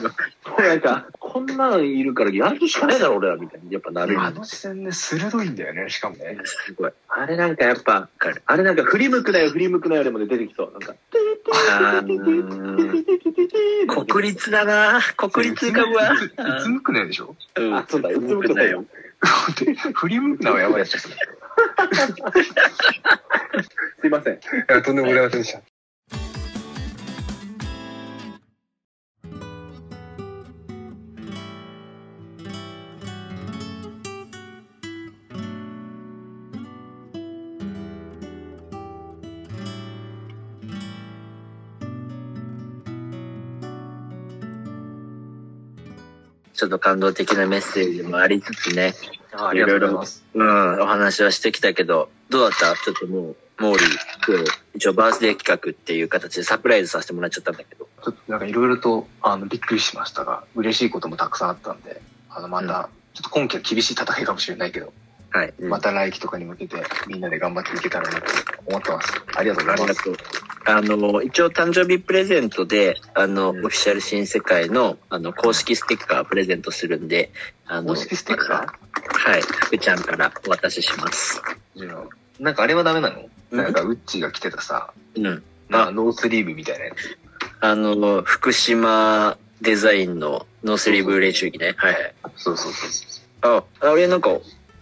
もうなんか、こんなんいるからやるしかないだろ、俺ら、みたいに。やっぱなるよ
あの視線ね、鋭いんだよね、しかもね。
すごい。
あれなんかやっぱ、あれなんか振り向くなよ、振り向くなよでもね、出てきそう。なんか、
あー国立だな国立浮かぶわ
うつ。うつむくないでしょ
うん
あ、そうだ、うつむくなよ。
振り向くのはやばいやつですね。
すいません。
いやとんでもございませんでした。
ちょっと感動的なメッセージもありつつね。
あ
りがとうござい
ます。
うん、お話はしてきたけど、どうだったちょっともう、モーリー、今日、一応バースデー企画っていう形でサプライズさせてもらっちゃったんだけど。
ちょっとなんかいろいろとあのびっくりしましたが、嬉しいこともたくさんあったんで、あのまた、ちょっと今季は厳しい戦いかもしれないけど、
はい。うん
また来季とかに向けてみんなで頑張っていけたらなと思ってます。ありがとうご
あ
ざ
りが
います。
とう。あの、一応誕生日プレゼントで、あの、
うん
オフィシャル新世界の、あの、公式ステッカープレゼントするんで、あの、
公式ステッカ
はい、福ちゃんからお渡しします。
ーいやなんかあれはダメなの
うん
なんかウッチーが着てたさ、
うん。
なんかノースリーブみたいなやつ。
あの、福島デザインのノースリーブ練習着ね。はいはい。
そうそうそうそ
あ、あれなんか、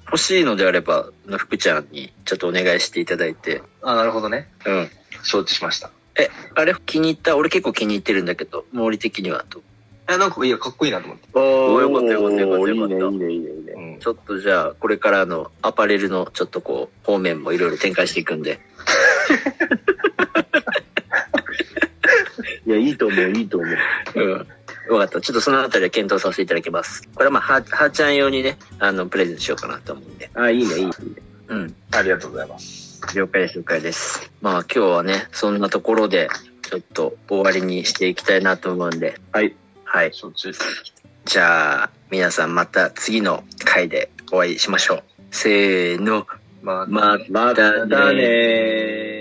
欲しいのであれば、あの福ちゃんにちょっとお願いしていただいて。
う。あ、なるほどね。
うん。
承知しました。
あれ気に入った俺結構気に入ってるんだけど、毛利的にはと。
え、なんかいや、かっこいいなと思って。
お
よかったよかったよかった
い
よか
い
った
ね、いいね、いいね、いいね。
うん
ちょっとじゃあ、これからのアパレルのちょっとこう、方面もいろいろ展開していくんで。
いや、いいと思う、いいと思う。
うん。よかった。ちょっとそのあたりは検討させていただきます。これはまあ、ははーちゃん用にね、あの、プレゼントしようかなと思うんで。
あ、いいね、いいね。
うん。
ありがとうございます。
了解です、了解です。まあ、今日はね、そんなところで、ちょっと終わりにしていきたいなと思うんで。
はい。
はい。
承知。
じゃあ、皆さんまた次の回でお会いしましょう。せーの、
まあ
またね
またねー。